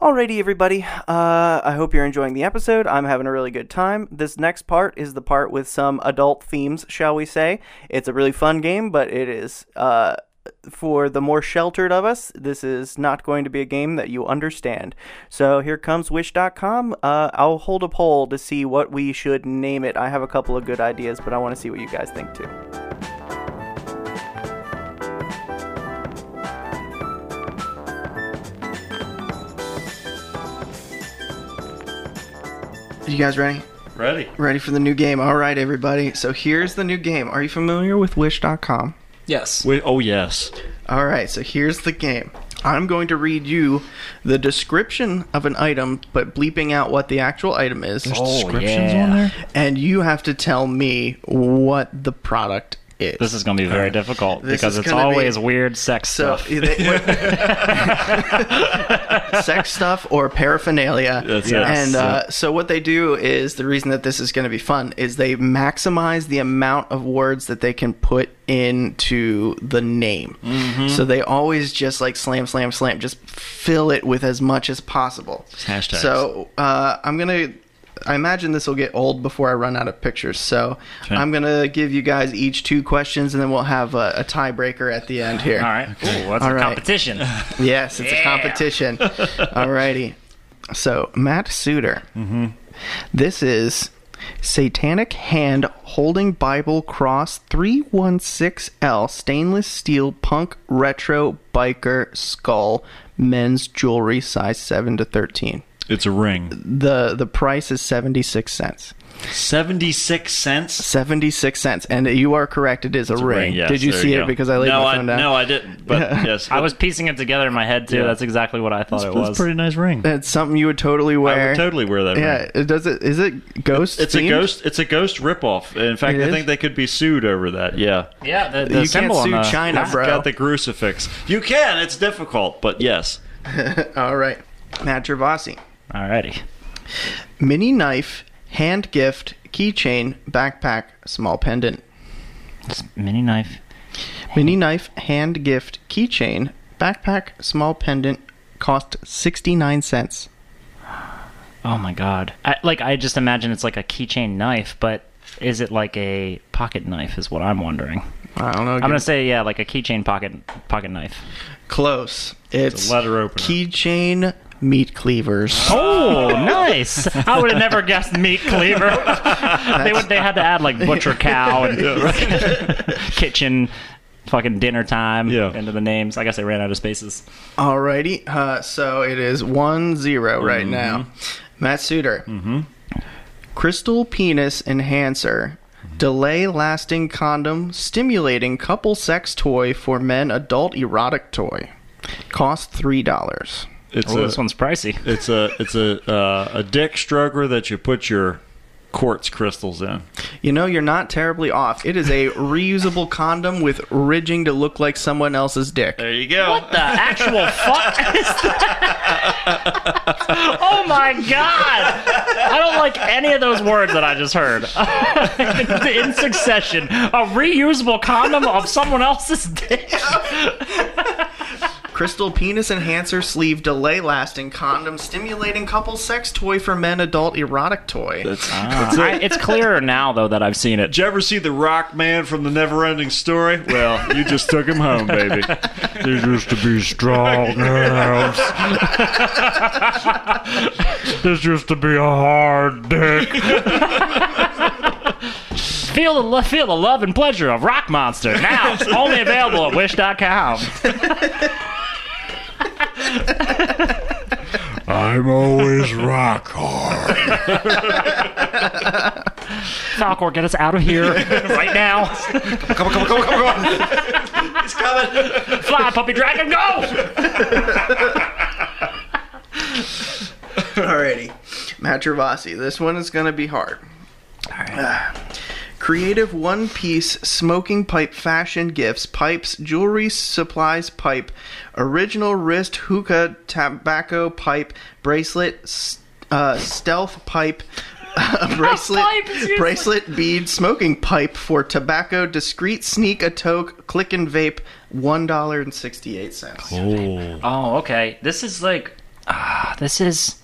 Alrighty, everybody. Uh, I hope you're enjoying the episode. I'm having a really good time. This next part is the part with some adult themes, shall we say. It's a really fun game, but it is. Uh, for the more sheltered of us, this is not going to be a game that you understand. So here comes Wish.com. Uh, I'll hold a poll to see what we should name it. I have a couple of good ideas, but I want to see what you guys think too. You guys ready? Ready? Ready for the new game? All right, everybody. So here's the new game. Are you familiar with Wish.com? Yes. We, oh yes. All right, so here's the game. I'm going to read you the description of an item, but bleeping out what the actual item is, descriptions on there. and you have to tell me what the product is. This is going to be very difficult This because is it's gonna be- always weird sex so stuff. they- what- sex stuff or paraphernalia. That's it. And uh, so what they do is the reason that this is going to be fun is they maximize the amount of words that they can put into the name. So they always just like slam, slam, slam, just fill it with as much as possible. hashtags. So uh, I'm gonna. I imagine this will get old before I run out of pictures. So I'm gonna give you guys each two questions, and then we'll have a, a tiebreaker at the end here. All right. Ooh, what's All a right. competition? Yes, it's a competition. Alrighty. So Matt Suter. Mm-hmm. This is satanic hand holding Bible cross three one six L stainless steel punk retro biker skull men's jewelry size seven to thirteen. It's a ring. The the price is seventy six cents. Seventy six cents. Seventy six cents, and you are correct. It is a, ring. Yes, Did you there see it? go. Because I laid no, my I, phone down. No, I didn't. But yes, I was piecing it together in my head too. Yeah. That's exactly what I thought it That's was. a pretty nice ring. That's something you would totally I wear. would totally wear that. ring. Yeah. It does it. Is it ghost? It's themed? a ghost. It's a ghost ripoff. In fact, It I is? think they could be sued over that. Yeah, yeah, the, you the can't symbol on sue the- China, bro. got the crucifix. You can. It's difficult, but yes. All right. Matt Gervasi. Alrighty. Mini knife, hand gift, keychain, backpack, small pendant. It's mini knife. Mini knife, hand gift, keychain, backpack, small pendant cost 69 cents. Oh my god. I, like I just imagine it's like a keychain knife, but is it like a pocket knife? Is what I'm wondering. I don't know. I'm gonna say yeah, like a keychain pocket pocket knife. close. It's, a letter opener. Keychain meat cleavers. Oh, nice! I would have never guessed meat cleaver. they would, they had to add like butcher cow and kitchen, fucking dinner time Yeah. into the names. I guess I ran out of spaces. Alrighty. Uh, so it is 1 0 right now. Matt Suter. Crystal penis enhancer. Delay lasting condom. Stimulating couple sex toy for men adult erotic toy. Cost $3. It's Oh, a, this one's pricey. It's a it's a uh, a dick stroker that you put your quartz crystals in. You know, you're not terribly off. It is a reusable condom with ridging to look like someone else's dick. There you go. The actual fuck is that? oh my god! I don't like any of those words that I just heard. In succession, a reusable condom of someone else's dick. Crystal penis enhancer sleeve delay lasting condom stimulating couple sex toy for men adult erotic toy. I- it's clearer now though that I've seen it. Ah. Did you ever see the Rock Man from the Neverending Story? Well, you just took him home, baby. There used to be strong nerves. this used to be a hard dick. Feel the, lo- feel the love and pleasure of Rock Monster now. only available at Wish.com. I'm always rock hard. Falcor, get us out of here right now. Come on, come on, come on, come on, come on. He's coming. Fly, puppy dragon, go! Alrighty. Matt Gervasi, this one is going to be hard. Ah. creative one piece smoking pipe fashion gifts, pipes, jewelry supplies, pipe, original wrist hookah, tobacco pipe, bracelet, s- uh, stealth pipe. bracelet, Pipe is useless. bracelet, bead, smoking pipe for tobacco, discreet sneak, a toke, click and vape, one dollar and sixty-eight cents. Oh, okay. This is like. ah, this is.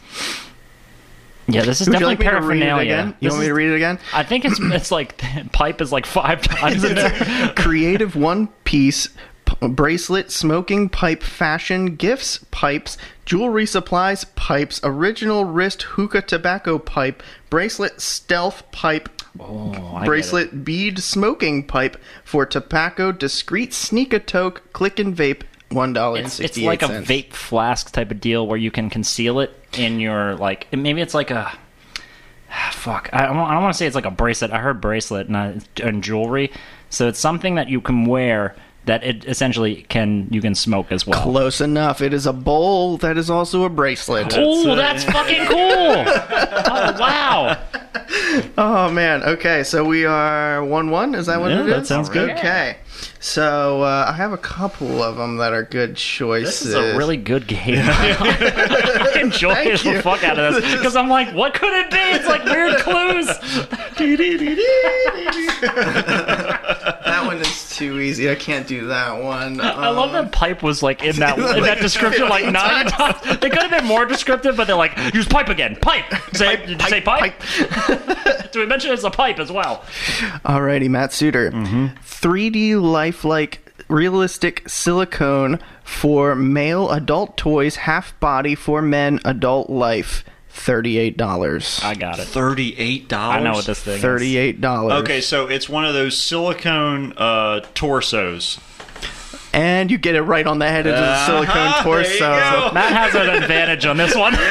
Yeah, this is Would you definitely like me to read it paraphernalia. again? You This want me is- to read it again? I think it's it's like pipe is like five times in there. creative one piece p- bracelet, smoking pipe, fashion gifts, pipes, jewelry supplies, pipes, original wrist hookah tobacco pipe, bracelet, stealth pipe, Oh, I get it. bracelet, bead, smoking pipe for tobacco, discreet sneak a toke, click and vape, one dollar and It's, it's sixty eight like a cents. vape flask type of deal where you can conceal it in your like. Maybe it's like a fuck. I, I don't, want to say it's like a bracelet. I heard bracelet and, I, and jewelry. So it's something that you can wear that it essentially can you can smoke as well. Close enough. It is a bowl that is also a bracelet. Oh, that's fucking cool! oh wow! Oh man. Okay, so we are one one. Is that what Yeah, it is? that sounds good. Okay. So uh, I have a couple of them that are good choices. This is a really good game. I enjoy Thank the you. fuck out of this because I'm like, what could it be? It's like weird clues. that one is too easy. I can't do that one. Um, I love that pipe was like in that in that description like nine times. They could have been more descriptive, but they're like, use pipe again. Pipe. Say, did you say pipe? Do we mention it's a pipe as well? Alrighty, Matt Suter. Mm-hmm. 3D lifelike realistic silicone for male adult toys, half body for men, adult life, thirty-eight dollars. I got it. Thirty-eight dollars. I know what this thing is. Thirty-eight dollars. Okay, so it's one of those silicone uh, torsos. And you get it right on the head into the silicone Uh-huh, there torso. you go. Matt has an advantage on this one. There's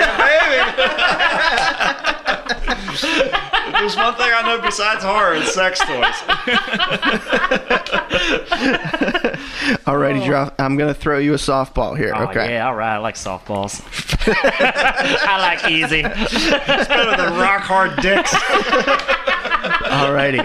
one thing I know besides horror and sex toys. Alrighty, Jeff, I'm gonna throw you a softball here. Oh, okay. yeah, all right. I like softballs. I like easy. the rock hard dicks. Alrighty.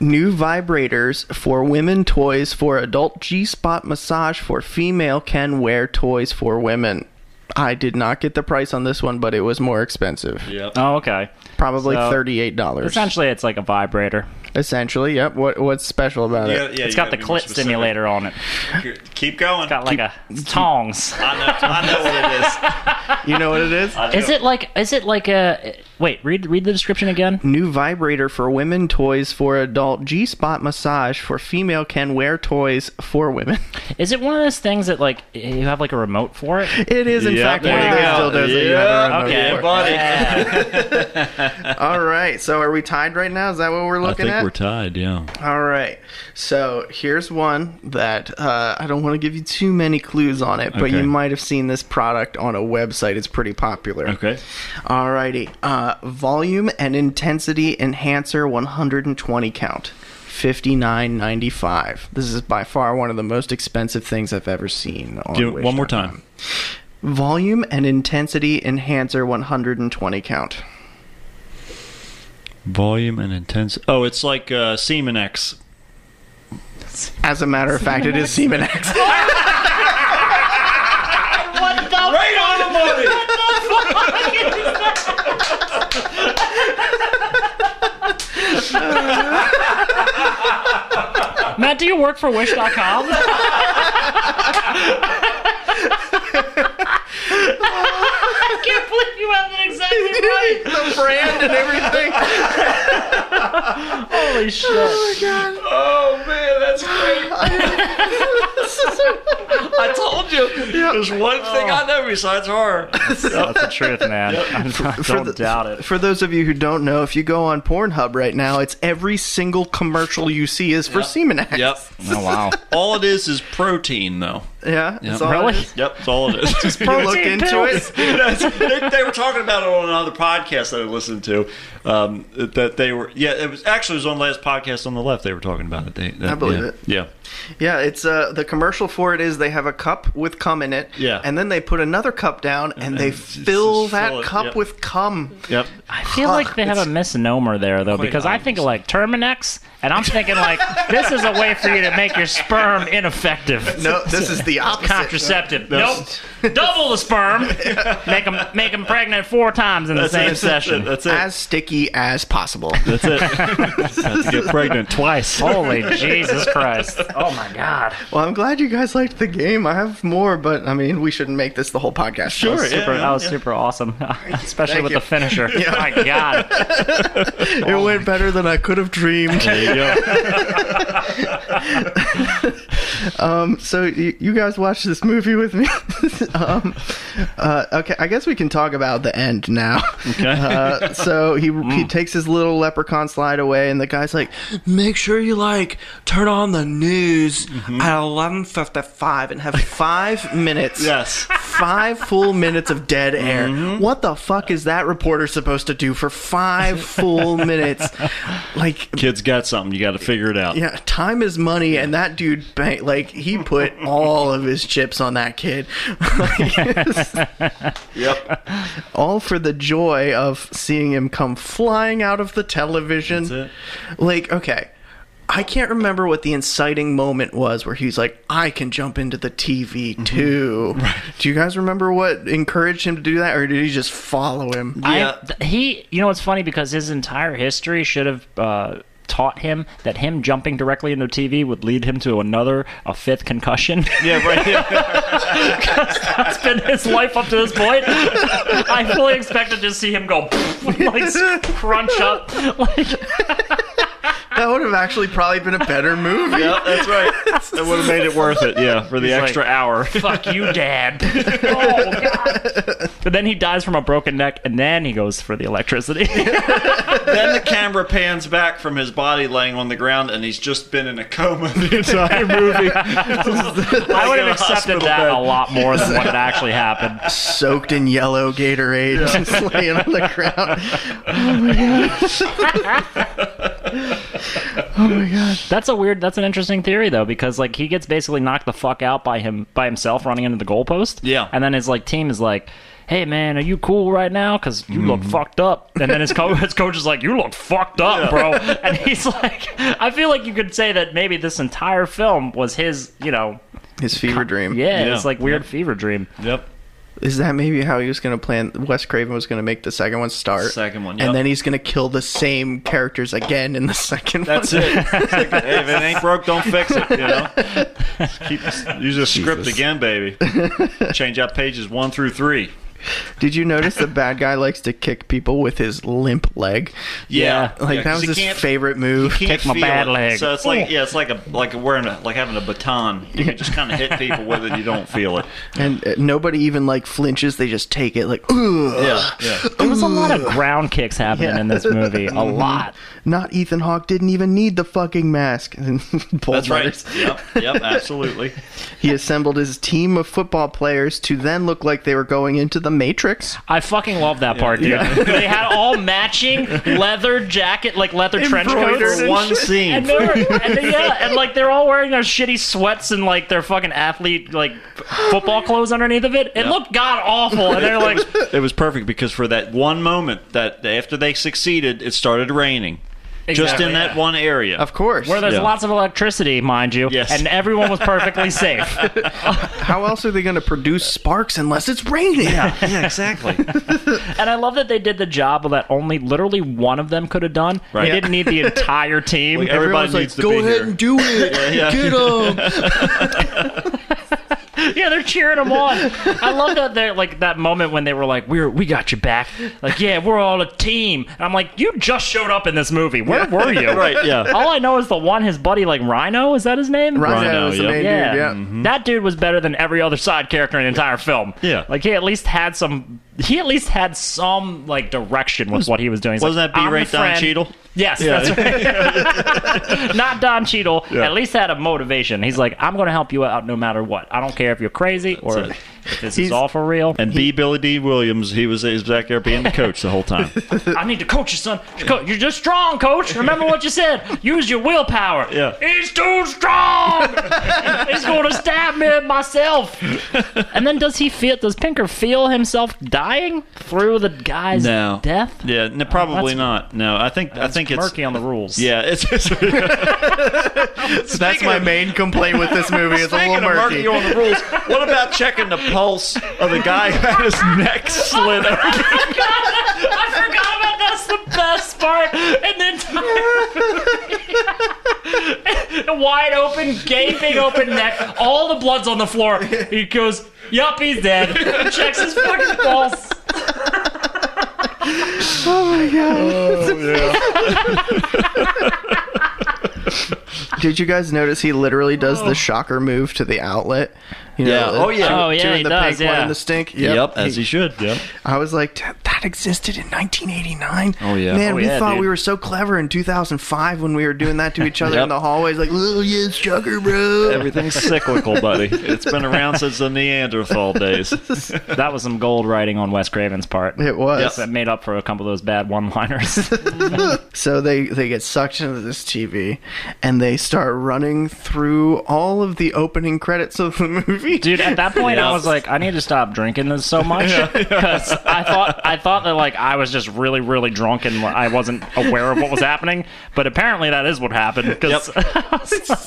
New vibrators for women toys for adult G spot massage for female can wear toys for women. I did not get the price on this one, but it was more expensive. Oh, okay. Probably So- thirty-eight dollars. Essentially, it's like a vibrator. Essentially, yep. What what's special about it? It's got the clit stimulator on it. Keep going. Got like a tongs. I, know, I know what it is. You know what it is? Is it like? Is it like a? Wait, read read the description again. New vibrator for women toys for adult G spot massage for female can wear toys for women. Is it one of those things that like you have like a remote for it? It is in Yeah, fact there one of you those go. dildos that you Yeah, have a remote okay. for. buddy. All right, so are we tied right now? Is that what we're looking at? tied. Yeah. All right, so here's one that uh, I don't want to give you too many clues on it, but Okay. you might have seen this product on a website. It's pretty popular. Okay. All righty, uh, volume and intensity enhancer, 120 count. 59.95. This is by far one of the most expensive things I've ever seen. On Do it one more Wish.com. time. Volume and intensity enhancer 120 count. Volume and intensity. Oh, it's like uh, Semen X. As a matter of fact, it is Semen X. Matt, do you work for Wish.com? I can't believe you have that exactly right. the brand and everything. Holy shit! Oh man, that's great. I told you. There's one thing I know besides horror. That's the truth, man. I don't doubt it. For those of you who don't know, if you go on Pornhub right now, it's every single commercial you see is for Seminax. Yep. Oh wow. All it is is protein, though. Yeah. it's all Really? it is. Yep, that's all it is. You look into pills. it. they, they were talking about it on another podcast that I listened to. Um, that they were, yeah, it was actually it was on the last podcast on the left. They were talking about it. They, that, I believe yeah. it. Yeah, Yeah, it's uh the commercial for it is they have a cup with cum in it. Yeah. And then they put another cup down and, they and just fill fill that it, cup yep. with cum. yep. I feel like they have a misnomer there though, Quite because I think of like Terminex, and I'm thinking like this is a way for you to make your sperm ineffective. No, this is the opposite. Contraceptive. Nope. Double the sperm. Make them pregnant four times in the same That's it. session. That's it. As sticky as possible. That's it. Have to get pregnant twice. Holy Jesus Christ! Oh my God! well, I'm glad you guys liked the game. I have more, but I mean, we shouldn't make this the whole podcast. Sure. yeah, Super, yeah, that was yeah. super awesome, especially Thank with you. the finisher. My God! It went better than I could have dreamed. There you go. so you, you guys watched this movie with me. um, uh, okay, I guess we can talk about the end now. Okay. Uh, so he he takes his little leprechaun slide away, and the guy's like, "Make sure you like turn on the news at eleven fifty-five and have five minutes." Yes. Five full minutes of dead air. What the fuck is that reporter supposed to do for five full minutes? Like, Kids got something. You got to figure it out. yeah, time is money, and that dude, bang, like, he put all of his chips on that kid. Yep. all for the joy of seeing him come flying out of the television. That's Like, okay. I can't remember what the inciting moment was where he's like, I can jump into the Mm-hmm. TV too. Do you guys remember what encouraged him to do that, or did he just follow him? I- Yeah. th- he, you know, it's funny because his entire history should have. Uh, Taught him that him jumping directly into TV would lead him to another, a fifth concussion. Yeah. Right. That's been his life up to this point. I fully expected to see him go like crunch up. Like That would have actually probably been a better movie. Yep, that's right. That would have made it worth it. Yeah, for the like- extra hour. fuck you, Dad. Oh God. But then he dies from a broken neck, and then he goes for the electricity. then the camera pans back from his body laying on the ground, and he's just been in a coma the entire movie. I would in have a accepted hospital that bed. a lot more than what had actually happened. Soaked in yellow Gatorade, just laying on the ground. That's a weird. That's an interesting theory though, because like he gets basically knocked the fuck out by him by himself running into the goalpost. Yeah. and then his like team is like. Hey man, are you cool right now? Because you Mm-hmm. look fucked up. And then his, co- his coach is like, "You look fucked up, bro." And he's like, "I feel like you could say that maybe this entire film was his, you know, His fever dream. yeah, Yeah. it's like weird fever dream." Yep. Is that maybe how he was going to plan? Wes Craven was going to make the second one start. Second one, yep. And then he's going to kill the same characters again in the second That's one. it. It's like, hey, if it ain't broke, don't fix it. You know, Keep, use a script again, baby. Change out pages one through three. Did you notice the bad guy likes to kick people with his limp leg? Yeah, Yeah, Like, Yeah, that 'cause was he his can't- favorite move. can't Kick my feel bad it. leg. So it's like yeah, it's like a like wearing a like having a baton. You can just kind of hit people with it. You don't feel it. And uh, nobody even, like, flinches. They just take it, like, ugh. Yeah, yeah. There was a lot of ground kicks happening Yeah. in this movie. A lot. Not Ethan Hawke didn't even need the fucking mask. And bold That's right. letters. Yep, yep, absolutely. He assembled his team of football players to then look like they were going into the Matrix. I fucking love that part, dude. they had all matching leather jacket, like leather trench coats. Embroidered One scene. And, they were, and they- yeah, and like they're all wearing their shitty sweats and like their fucking athlete like f- football clothes underneath of it. It looked god awful, and they're like, it was perfect because for that one moment that after they succeeded, it started raining. just Exactly, in that yeah. one area. Of course. where there's Yeah. lots of electricity, mind you, Yes. and everyone was perfectly safe. How else are they going to produce sparks unless it's raining? yeah, exactly. And I love that they did the job that only literally one of them could have done. Right. They didn't need the entire team. Like, everybody Everyone's like, needs to go be ahead here. and do it. yeah. Get 'em. yeah, they're cheering him on. I love that they're like that moment when they were like, "We're we got your back." Like, yeah, we're all a team. And I'm like, you just showed up in this movie. Where were you? Right, yeah. All I know is the one his buddy like Rhino. Is that his name? Rhino, Rhino, was the yeah. main Yeah. dude. Yeah. Mm-hmm. That dude was better than every other side character in the entire film. Yeah. Like he at least had some he at least had some like direction with what he was doing. He's Wasn't like, that "I'm the B-rate Don friend." Cheadle? Yes, that's right. Not Don Cheadle. At least had a motivation. He's like, I'm going to help you out no matter what. I don't care if you're crazy or That's it. if this is all for real. And B. Billy D. Williams, he was, he was back there being the coach the whole time. I need to coach you, son. Co- You're just strong, coach. Remember what you said. Use your willpower. Yeah. He's too strong. He's going to stab me myself. And then does he feel? Does Pinker feel himself dying through the guy's No. death? Yeah, no, probably not. that's- No, I think I think it's Murky on the rules. Yeah, it's, it's That's my main complaint with this movie. It's a Speaking little of murky. murky on the rules, what about checking the pulse of the guy who had his neck slit open? I forgot about that's the best part. And then wide open, gaping open neck, all the blood's on the floor. He goes, Yup, he's dead. Checks his fucking pulse. Did you guys notice he literally does the shocker move to the outlet? You Yeah. Oh, yeah. two- Oh, yeah, Two in he the does, pink, one yeah. in the stink. should. Yep. I was like, "That- that existed in 1989. Oh, yeah. man, Oh, we yeah, thought dude. we were so clever in 2005 when we were doing that to each other Yep. in the hallways, like, oh yeah, it's shocker, bro. Everything's cyclical, buddy. It's been around since the Neanderthal days. That was some gold writing on Wes Craven's part. It was. That made up for a couple of those bad one liners. So they they get sucked into this TV, and they start running through all of the opening credits of the movie. Dude, at that point, Yeah. I was like, I need to stop drinking this so much because I thought I thought that like I was just really, really drunk and like, I wasn't aware of what was happening. But apparently, that is what happened. Because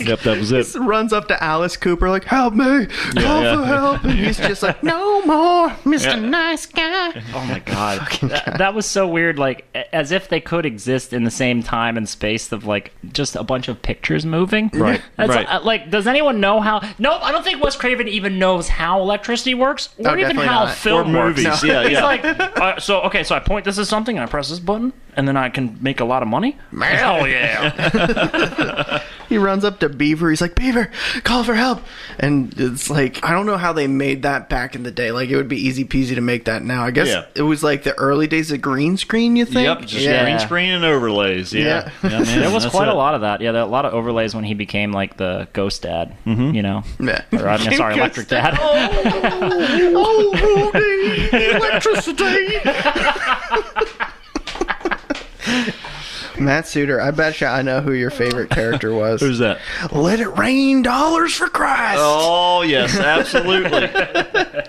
Yep, that was it. runs up to Alice Cooper like, "Help me, help, yeah. help!" And he's just like, "No more, Mister Nice Guy." oh my god, that, that was so weird. Like a- as if they could exist in the same time and space of like just a bunch of pictures moving. Right. That's, Right. uh, like, does anyone know how? Nope. I don't think Wes Craven even knows how electricity works, or Oh, even definitely how not. film Or works. movies, yeah, He's yeah. like, uh, so okay, so I point this at something and I press this button, and then I can make a lot of money. Hell yeah! He runs up to Beaver. He's like, "Beaver, call for help!" And it's like, I don't know how they made that back in the day. Like, it would be easy peasy to make that now. I guess Yeah. it was like the early days of green screen. You think? Yep, just yeah. green screen and overlays. Yeah, Yeah. man, there was that's quite it. a lot of that. Yeah, there, a lot of overlays when he became like the ghost dad. You know, Yeah. or I mean, sorry, electric dad. oh, Rudy, electricity. Matt Suter, I bet you I know who your favorite character was. Who's that? Let it rain dollars for Christ. Oh yes, absolutely.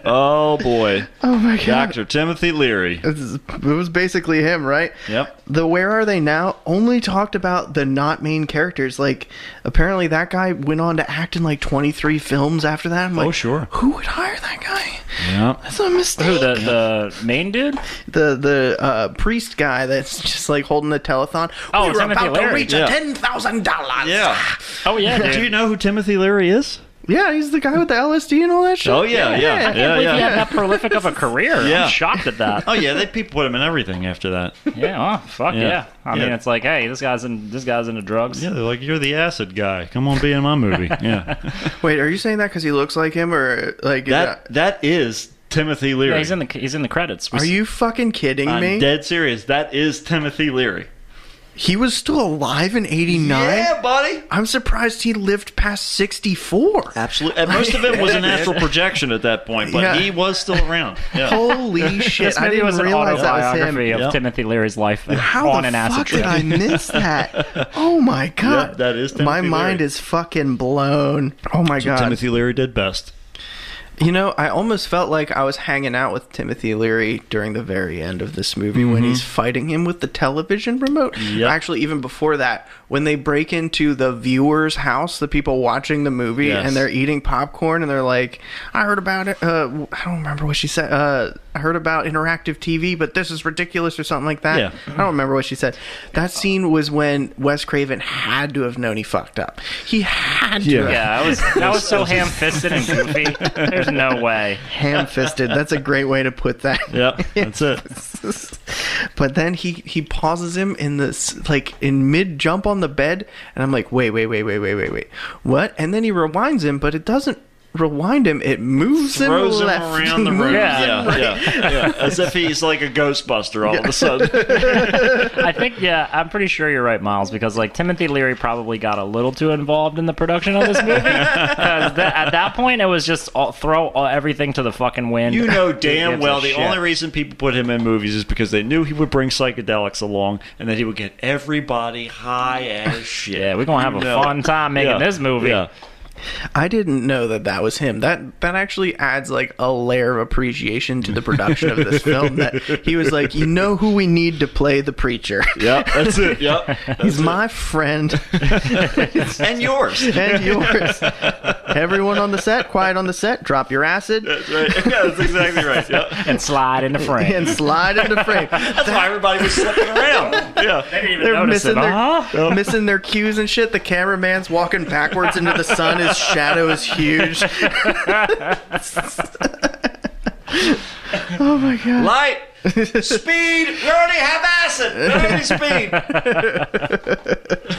oh boy, Oh my god. Doctor Timothy Leary. This is- It was basically him, right? Yep. The Where Are They Now only talked about the not main characters. Like, apparently that guy went on to act in like 23 films after that. I'm like, Oh, sure. Who would hire that guy? Yep. That's a mistake. Who the the main dude? the the uh, priest guy that's just like holding the telethon. Oh, we were Timothy about Leary, to reach yeah. ten thousand dollars. Yeah. Oh yeah, dude. Do you know who Timothy Leary is? yeah, he's the guy with the LSD and all that shit. Oh yeah, yeah, yeah, I can't yeah. believe he had that prolific of a career. Yeah. I'm shocked at that. Oh yeah, they people put him in everything after that. Yeah, oh, fuck yeah. Yeah. I Yeah. mean, it's like, hey, this guy's in this guy's into drugs. Yeah, they're like, you're the acid guy. Come on, be in my movie. Yeah, Wait, are you saying that because he looks like him, or like is that that- that is Timothy Leary. Yeah, he's in the he's in the credits. We uh, Are s- you fucking kidding I'm me? dead serious. That is Timothy Leary. He was still alive in '89. buddy. I'm surprised he lived past 64. Absolutely. And most of it was an astral projection at that point, but Yeah. he was still around. Yeah. Holy shit! This I movie didn't was an realize that was autobiography him. of Yep. Timothy Leary's life How on the an acid fuck trip. did I miss that? Oh my god, Yeah, that is my Timothy mind Leary. is fucking blown. Oh my god, Timothy Leary did best. You know, I almost felt like I was hanging out with Timothy Leary during the Mm-hmm. very end of this movie when he's fighting him with the television remote. Actually, even before that, when they break into the viewer's house, the people watching the movie, Yes. and they're eating popcorn, and they're like, "I heard about it. Uh, I don't remember what she said. Uh, I heard about interactive TV, but this is ridiculous or something like that. Yeah. I don't remember what she said. That scene was when Wes Craven had to have known he fucked up. He had to. have Yeah, that was that was so ham fisted and goofy. There's no way. ham fisted. That's a great way to put that. Yep, that's it. but then he he pauses him in this like in mid jump on the bed, and I'm like, wait, wait, wait, wait, wait, wait, wait, what? And then he rewinds him, but it doesn't rewind him. It moves Throws him him left. around the room. Yeah. Yeah, yeah, yeah. As if he's like a Ghostbuster all of a sudden. I think yeah, I'm pretty sure you're right, Miles, because like Timothy Leary probably got a little too involved in the production of this movie. 'Cause that- at that point, it was just all, throw all, everything to the fucking wind. You know Who damn gives a well the shit? only reason people put him in movies is because they knew he would bring psychedelics along and that he would get everybody high as shit. Yeah, we're gonna have You a know. fun time making Yeah, this movie. yeah. I didn't know that that was him. That that actually adds like a layer of appreciation to the production of this film. That he was like, you know who we need to play the preacher. Yep, that's it. Yep. That's He's my friend it. And yours. and yours. Everyone on the set, quiet on the set, drop your acid That's right. Yeah, that's exactly right. Yep. and slide into frame. and slide into frame. That's why everybody was slipping around. Yeah. They're missing their Uh-huh. missing their cues and shit. The cameraman's walking backwards into the sun. His shadow is huge. oh my god! Light, speed, you already have acid. You already speed.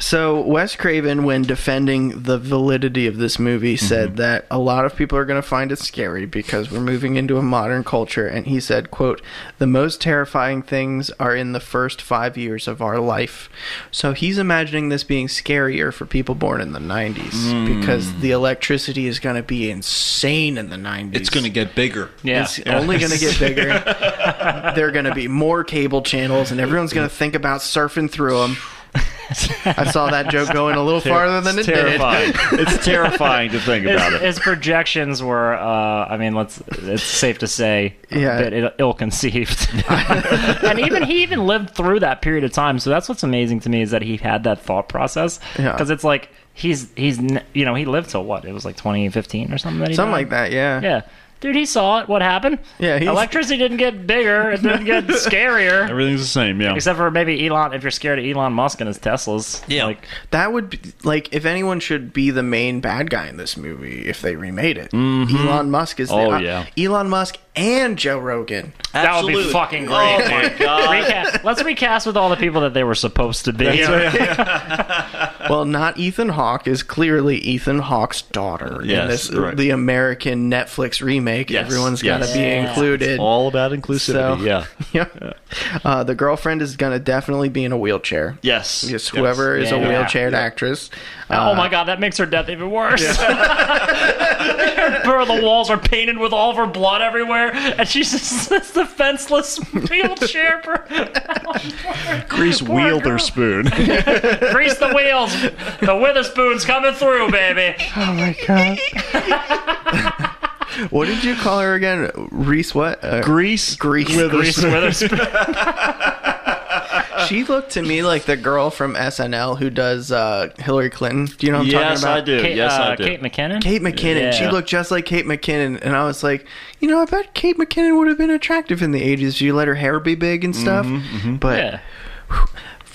So Wes Craven, when defending the validity of this movie, said that a lot of people are going to find it scary because we're moving into a modern culture, and he said, "quote The most terrifying things are in the first five years of our life." So he's imagining this being scarier for people born in the '90s because the electricity is going to be insane in the '90s. It's going to get bigger. Yeah. It's only going to get bigger. there are going to be more cable channels, and everyone's going to think about surfing through them. I saw that joke going a little farther than it It's terrifying. it's terrifying to think about His, it. his projections were, uh, I mean, let's. It's safe to say Yeah. that it, ill-conceived, and even he even lived through that period of time. So that's what's amazing to me is that he had that thought process Yeah. because it's like he's he's n- you know he lived till what it was like 2015 or something. That he did. Something died? like that, yeah. Yeah, dude, he saw it. What happened? Yeah, he's- electricity didn't get bigger. It didn't get scarier. Everything's the same, yeah. Except for maybe Elon, if you're scared of Elon Musk and his Teslas. Yeah. Like, That would be, like if anyone should be the main bad guy in this movie if they remade it. Elon Musk is Oh, the, uh, yeah. Elon Musk and Joe Rogan. that would be Absolutely. fucking great. Oh dude. my god. Recast- let's recast with all the people that they were supposed to be. Well, not Ethan Hawke is clearly Ethan Hawke's daughter in Yes, this right. the American Netflix remake. Yes, Everyone's got to yes. be Yeah. included. All about inclusivity, So- yeah. yeah. Uh, the girlfriend is going to definitely be in a wheelchair. Yes. Yes, whoever is a Yeah. wheelchaired actress. oh Uh. my god, that makes her death even worse. her the walls are painted with all of her blood everywhere, and she's just this defenseless wheelchair. per- Grease Poor girl. Witherspoon. Grease the wheels. The Witherspoon's coming through, baby. Oh my god. what did you call her again? Reese what? Uh, Grease. Grease. Grease Witherspoon. She looked to me like the girl from SNL who does uh, Hillary Clinton. Do you know what I'm Yes, I talking about? do. Kate, yes, uh, I do. Kate McKinnon. Kate McKinnon. She Yeah. looked just like Kate McKinnon, and I was like, you know, I bet Kate McKinnon would have been attractive in the '80s if you let her hair be big and stuff. But Yeah.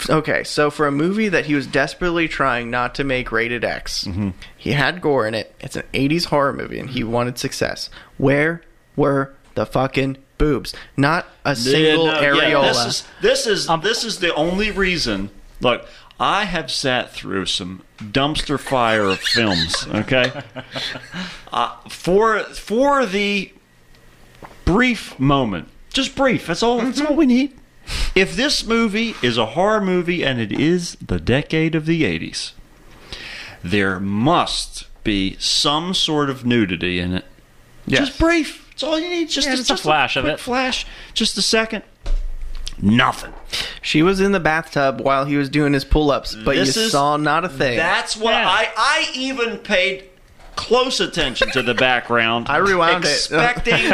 Okay, so for a movie that he was desperately trying not to make rated X, Mm-hmm. he had gore in it. It's an 80s horror movie and he wanted success. Where were the fucking boobs? Not a single Yeah, no, areola. yeah, this is this is this is the only reason. Look, I have sat through some dumpster fire of films. Okay, uh, for for the brief moment, just brief. That's all. Mm-hmm. That's all we need. If this movie is a horror movie and it is the decade of the '80s, there must be some sort of nudity in it. Just brief. It's all you need. Just, Yeah, a, just a flash of quick it. Flash. Just a second. Nothing. she was in the bathtub while he was doing his pull ups, but This you is- saw not a thing. That's what Yeah. I. I even paid close attention to the background. I rewound it. expecting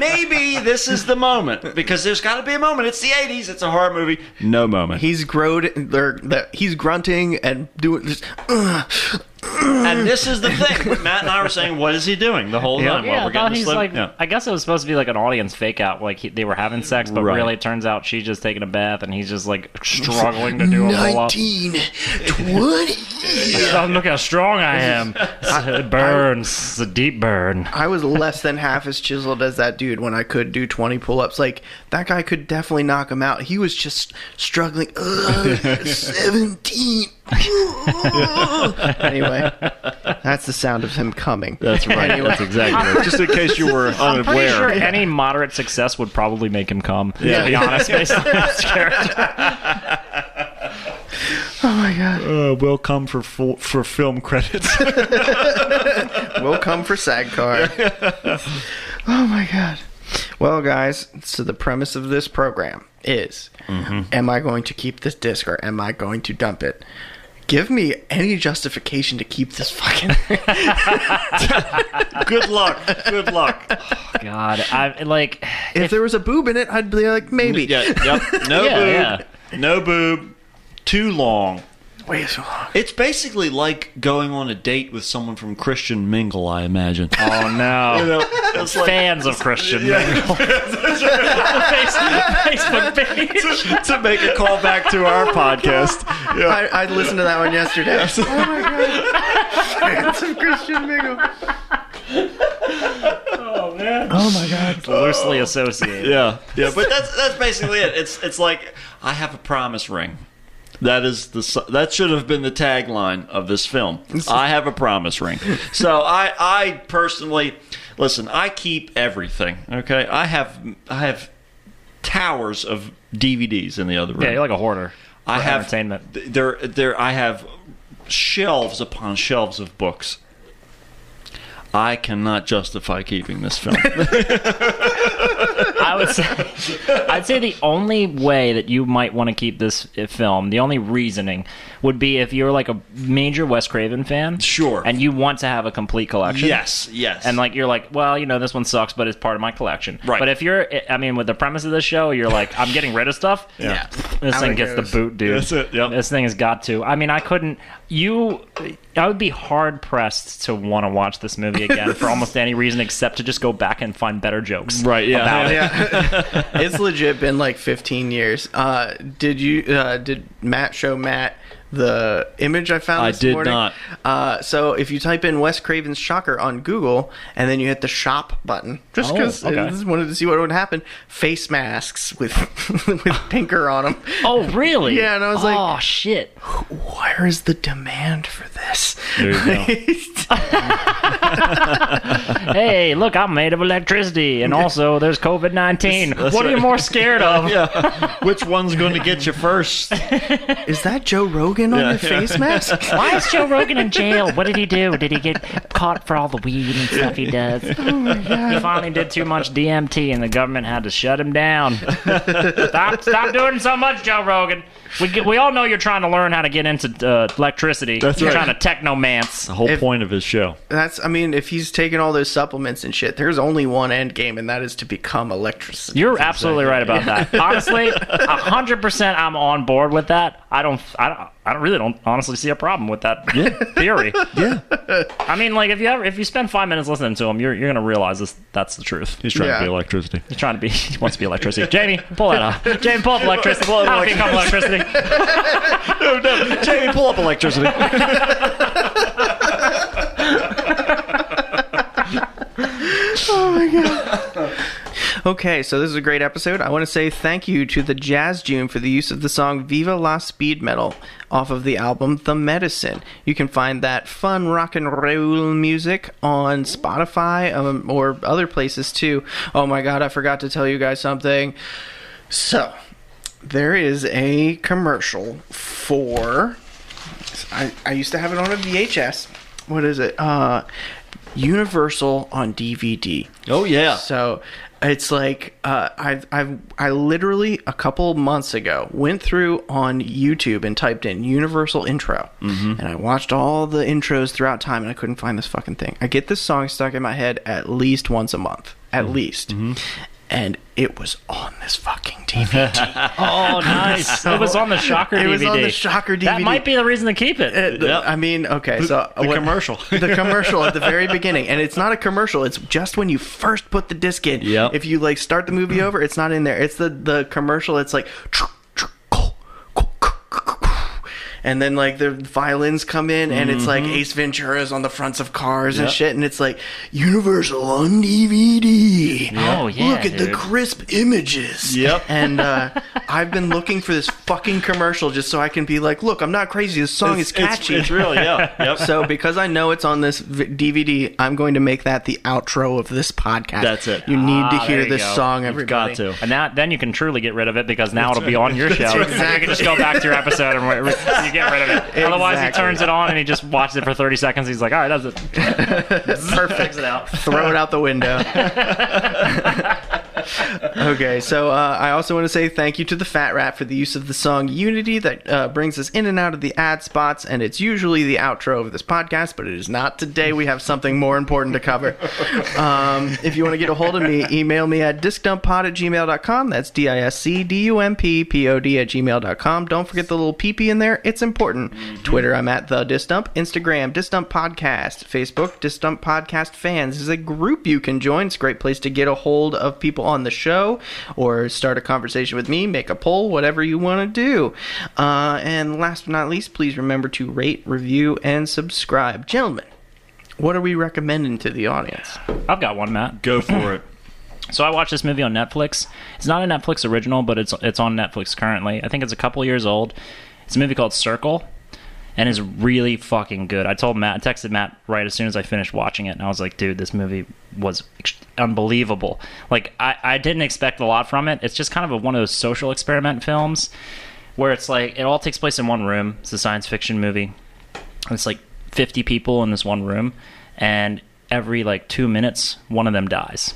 maybe this is the moment because there's got to be a moment. It's the '80s. It's a horror movie. No moment. He's growed. They're, they he's grunting and doing uh, just. "Ugh." and this is the thing. What Matt and I were saying, what is he doing the whole time while Yeah, we're I thought getting he's this look? like. Yeah. I guess it was supposed to be like an audience fake out, like he, they were having sex, but Right. really it turns out she's just taking a bath and he's just like struggling to do a pull up. Nineteen twenty. Look how strong I am. it burns. it's a deep burn. I was less than half as chiseled as that dude when I could do 20 pull ups. Like, that guy could definitely knock him out. He was just struggling. Ugh, 17. anyway, that's the sound of him coming. That's right. That's exactly right. Just in case you were I'm pretty unaware. sure any moderate success would probably make him come. To be honest, based on his character. Oh my God. Uh, will come for full, for film credits. We'll come for SAG card. oh my God. Well, guys, so the premise of this program is Mm-hmm. Am I going to keep this disc or am I going to dump it? Give me any justification to keep this fucking. Good luck. Good luck. God, I like. if there was a boob in it, I'd be like, maybe. Yeah. Yep. No Yeah, boob. No boob. Too long. Way so long. It's basically like going on a date with someone from Christian Mingle, I imagine. Oh no. You know, it's like- Fans of Christian Mingle. Facebook, Facebook page. to, to make a call back to Oh our podcast. Yeah. I, I listened to that one yesterday. oh my god! Fans of Christian Mingle. Loosely associated. Yeah, yeah, but that's that's basically it. It's it's like I have a promise ring. That is the s- that should have been the tagline of this film. I have a promise ring. So I I personally listen. I keep everything. Okay, I have I have towers of DVDs in the other room. Yeah, you're like a hoarder. I for have entertainment. th- There, there. I have shelves upon shelves of books. I cannot justify keeping this film. I would say, I'd say the only way that you might want to keep this uh, film, the only reasoning, would be if you're like a major Wes Craven fan. Sure. And you want to have a complete collection. yes, yes. And like you're like, well, you know, this one sucks, but it's part of my collection. Right. But if you're, uh, I mean, with the premise of this show, you're like, I'm getting rid of stuff. Yeah. This Out thing it gets goes. the boot, dude. That's it, yep. This thing has got to. I mean, I couldn't. You, I would be hard pressed to want to watch this movie again for almost any reason except to just go back and find better jokes. right. Yeah. about it. Yeah, it's legit been like 15 years. Uh, did you? Uh, did Matt show Matt the image I found? I this did morning? not. Uh, so if you type in Wes Craven's Shocker on Google and then you hit the shop button, just Oh, because okay. I just wanted to see what would happen. Face masks with with pinker on them. Oh, really? Yeah, and I was like- oh shit. Where is the demand for this? There you Hey, look, I'm made of electricity, and also there's COVID nineteen. That's What are you right. more scared of? yeah. Which one's going to get you first? Is that Joe Rogan on Yeah. your face mask? Why is Joe Rogan in jail? What did he do? Did he get caught for all the weed and stuff he does? Oh, He finally did too much DMT, and the government had to shut him down. stop, stop doing so much, Joe Rogan. We, get, we all know you're trying to learn how to get into uh, electricity. That's you're right. trying to technomance. The whole If- point of his show. That's, I mean, if he's taking all those supplements and shit, there's only one end game, and that is to become electricity. You're absolutely right about that. Honestly, hundred percent, I'm on board with that. I don't, I don't, I don't really don't honestly see a problem with that theory. Yeah. I mean, like if you ever, if you spend five minutes listening to him, you're you're gonna realize this, that's the truth. He's trying Yeah. to be electricity. He's trying to be, he wants to be electricity. Jamie, pull that up. Jamie, pull up electricity. Pull up become electricity. Jamie, pull up electricity. Okay, so this is a great episode. I want to say thank you to the Jazz June for the use of the song Viva la Speed Metal off of the album The Medicine. You can find that fun rock and roll music on Spotify um, or other places too. Oh my god, I forgot to tell you guys something. So, there is a commercial for I, I used to have it on a VHS. What is it? Uh Universal on DVD. Oh yeah. So it's like uh, I I I literally a couple months ago went through on YouTube and typed in Universal intro, and I watched all the intros throughout time, and I couldn't find this fucking thing. I get this song stuck in my head at least once a month, at least, and it was on this fucking DVD. Oh, nice. it was on the Shocker DVD. It was on the Shocker That DVD. might be the reason to keep it. Uh, the- Yep. I mean, okay, so the commercial. the commercial at the very beginning, and it's not a commercial. It's just when you first put the disc in. Yep. If you like start the movie over, it's not in there. It's the the commercial. It's like, and then like the violins come in, and it's like Ace Ventura's on the fronts of cars and Mm-hmm. Yep. shit, and it's like Universal on DVD. Oh, yeah, Look at the dude. crisp images. Yep. And uh, I've been looking for this fucking commercial just so I can be like, look, I'm not crazy. This song is catchy. It's, really yeah. Yep. So because I know it's on this v- DVD, I'm going to make that the outro of this podcast. That's it. You need to Ah, there hear you this go. song, You've everybody. got to. and now, then you can truly get rid of it because now it'll be on your show. You can just go back to your episode and re- you get rid of it. Otherwise, he Exactly. turns it on and he just watches it for 30 seconds. He's like, all right, that's it. Perfect. it out. Throw it out the window. okay, so uh, I also want to say thank you to the Fat Rat for the use of the song Unity that uh, brings us in and out of the ad spots, and it's usually the outro of this podcast, but it is not today. We have something more important to cover. Um, if you want to get a hold of me, email me at discdumppod at gmail.com. That's D I S C D U M P P O D at gmail.com. Don't forget the little PP in there, it's important. Twitter, I'm at the Disdump. Instagram, Disdump Podcast. Facebook, Disdump Podcast Fans. This is a group you can join. It's a great place to get a hold of people on the show or start a conversation with me, make a poll, whatever you want to do. Uh, and last but not least, please remember to rate, review, and subscribe. Gentlemen, what are we recommending to the audience? I've got one, Matt. Go for it. So I watched this movie on Netflix. It's not a Netflix original, but it's it's on Netflix currently. I think it's a couple years old. It's a movie called Circle, and it's really fucking good. I told Matt, I texted Matt right as soon as I finished watching it, and I was like, dude, this movie was ex- unbelievable. Like I, I didn't expect a lot from it. It's just kind of a, one of those social experiment films where it's like it all takes place in one room. It's a science fiction movie. And it's like 50 people in this one room, and every like two minutes, one of them dies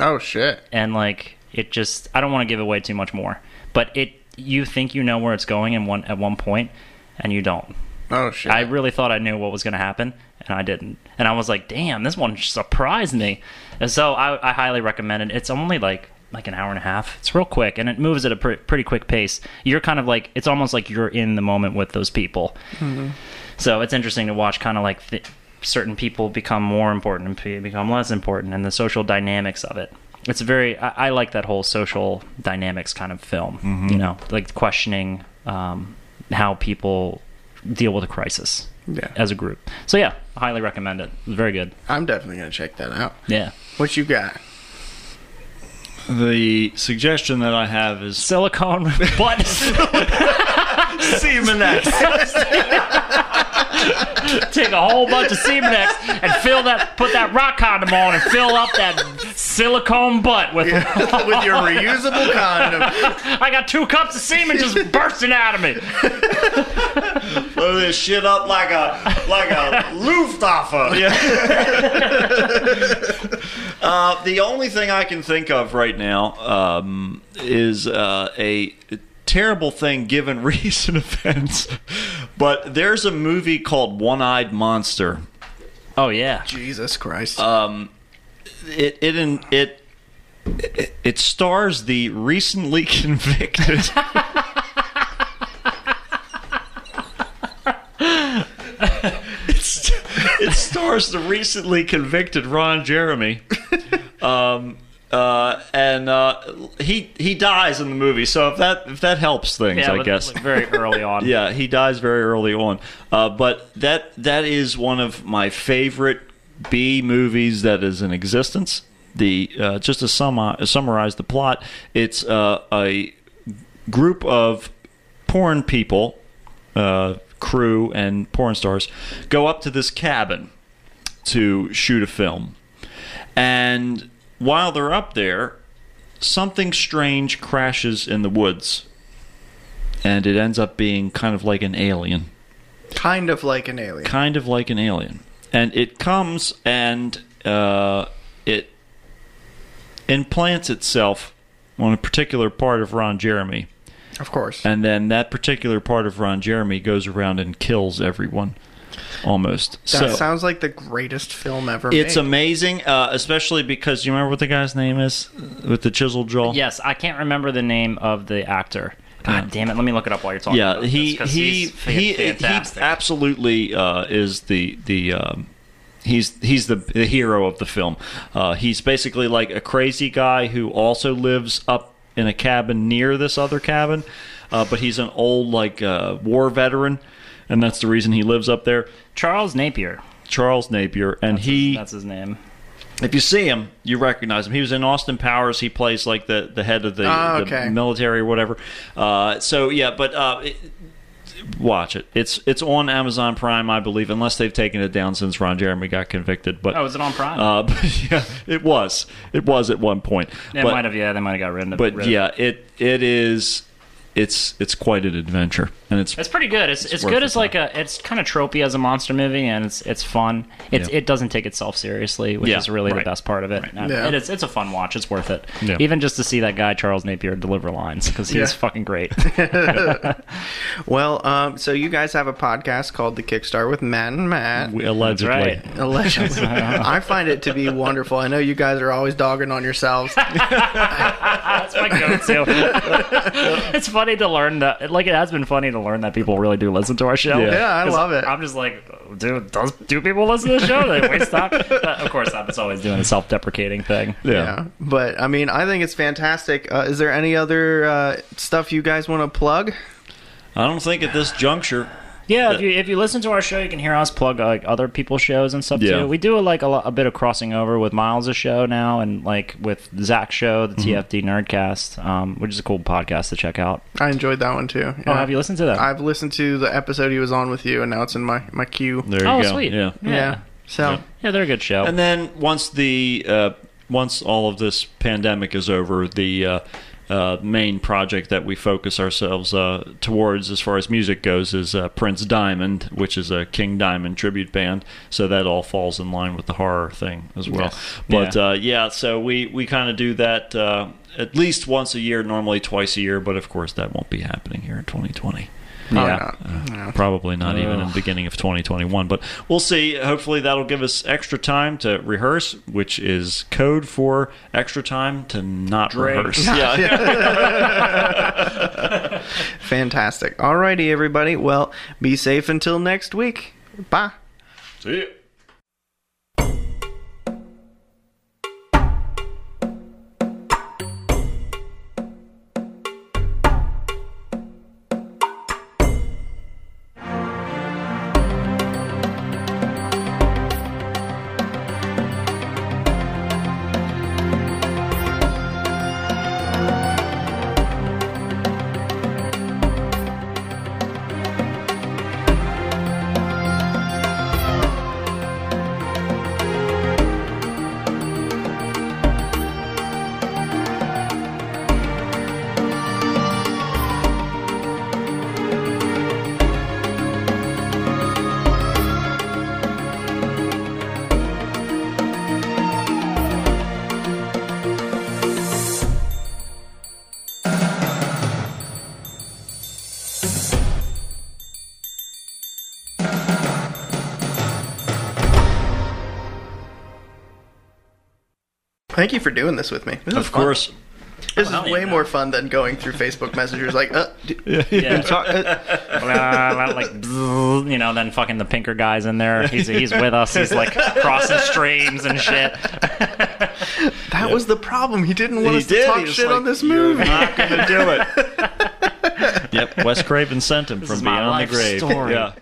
Oh, shit. and like it just I don't want to give away too much more, but it you think you know where it's going in one at one point and you don't. Oh, shit. I really thought I knew what was going to happen and I didn't. And I was like, "Damn, this one surprised me." And so I, I highly recommend it. It's only like like an hour and a half. It's real quick and it moves at a pre- pretty quick pace. You're kind of like it's almost like you're in the moment with those people. So it's interesting to watch kind of like th- certain people become more important and pe- become less important and the social dynamics of it. It's very, I, I like that whole social dynamics kind of film, you know, like questioning um, how people deal with a crisis Yeah. as a group. So yeah, I highly recommend it. It's very good. I'm definitely going to check that out. Yeah. What you got? The suggestion that I have is Silicone butt. semen X. Take a whole bunch of semen X and fill that, put that rock condom on and fill up that silicone butt with With your reusable condom. I got two cups of semen just bursting out of me. Blow this shit up like a like a Luftwaffe. Uh, the only thing I can think of right now um, is uh, a terrible thing given recent events, but there's a movie called One Eyed Monster. Oh yeah. Jesus Christ. It it in- it it, it stars the recently convicted. It's- it stars the recently convicted Ron Jeremy. Um, uh, and uh, he he dies in the movie, so if that if that helps things, Yeah, I but guess. very early on. Yeah, he dies very early on. Uh, but that that is one of my favorite B movies that is in existence. The uh, just to summa- summarize the plot, it's uh, a group of porn people, uh, crew and porn stars, go up to this cabin to shoot a film, and while they're up there, something strange crashes in the woods and it ends up being kind of like an alien. kind of like an alien. Kind of like an alien. and it comes and uh, it implants itself on a particular part of Ron Jeremy, Of course. and then that particular part of Ron Jeremy goes around and kills everyone, almost. that so sounds like the greatest film ever it's made. amazing, uh, especially because you remember what the guy's name is with the chiseled jaw. Yes, I can't remember the name of the actor. God damn it! Let me look it up while you're talking. Yeah, about he this, 'cause he he's fa- he, he fantastic. absolutely uh, is the the um, he's he's the, the hero of the film. Uh, he's basically like a crazy guy who also lives up in a cabin near this other cabin, uh, but he's an old like uh, war veteran, and that's the reason he lives up there. Charles Napier. Charles Napier, and he That's his name. if you see him, you recognize him. He was in Austin Powers. He plays like the, the head of the, Ah, the okay. military or whatever. Uh, so yeah, but uh, it, watch it. It's it's on Amazon Prime, I believe, unless they've taken it down since Ron Jeremy got convicted. But Oh, is it on Prime? Uh, but yeah, it was. It was at one point. They but might have. Yeah, they might have got rid of. but rid of- yeah, it it is. It's it's quite an adventure, and it's it's pretty good. It's it's, worth good the as like a. It's kind of tropey as a monster movie, and it's it's fun. It's Yeah. it doesn't take itself seriously, which Yeah, is really right. the best part of it. And Yeah. it is, it's a fun watch. It's worth it. Yeah. Even just to see that guy Charles Napier deliver lines because he's Yeah. fucking great. well, um, so you guys have a podcast called The Kickstart with Matt and Matt. allegedly. right. Allegedly. I find it to be wonderful. I know you guys are always dogging on yourselves. That's my go-to. it's funny to learn that. Like it has been funny to learn that people really do listen to our show. Yeah. Yeah, I 'Cause love it. I'm just like, dude, does do people listen to the show? They waste time. But of course, I'm just always doing a self-deprecating thing. Yeah. But I mean, I think it's fantastic. Uh, is there any other uh, stuff you guys want to plug? I don't think at this juncture. Yeah, if you if you listen to our show, you can hear us plug like other people's shows and stuff Yeah. too. We do like a, lo- a bit of crossing over with Miles' show now, and like with Zach's show, the Mm-hmm. TFD Nerdcast, um, which is a cool podcast to check out. I enjoyed that one too. Yeah. Oh, have you listened to that? I've listened to the episode he was on with you, and now it's in my my queue. There you oh, go. sweet. Yeah. yeah, Yeah. So Yeah, they're a good show. And then once the uh, once all of this pandemic is over, the uh, uh, main project that we focus ourselves uh, towards, as far as music goes, is uh, Prince Diamond, which is a King Diamond tribute band. So that all falls in line with the horror thing as well. But Yeah. yeah, uh, yeah so we we kind of do that. Uh, at least once a year, normally twice a year, but of course that won't be happening here in 2020. probably Yeah. not. Probably not even in the beginning of 2021, but we'll see. Hopefully, that'll give us extra time to rehearse, which is code for extra time to not rehearse. Yeah, Fantastic. Alrighty, everybody. Well, be safe until next week. Bye. Thank you for doing this with me. This is of fun. course. This is way more fun than going through Facebook messengers like, uh, d- yeah. talk, uh, Uh, like bzzz, you know, then fucking the pinker guy's in there. He's he's with us. He's like crossing streams and shit. that was the problem. He didn't want He us to did. talk He was shit like, on this "You're movie. not going to do it. yep, Wes Craven sent him from is my beyond life the grave. story. Yeah.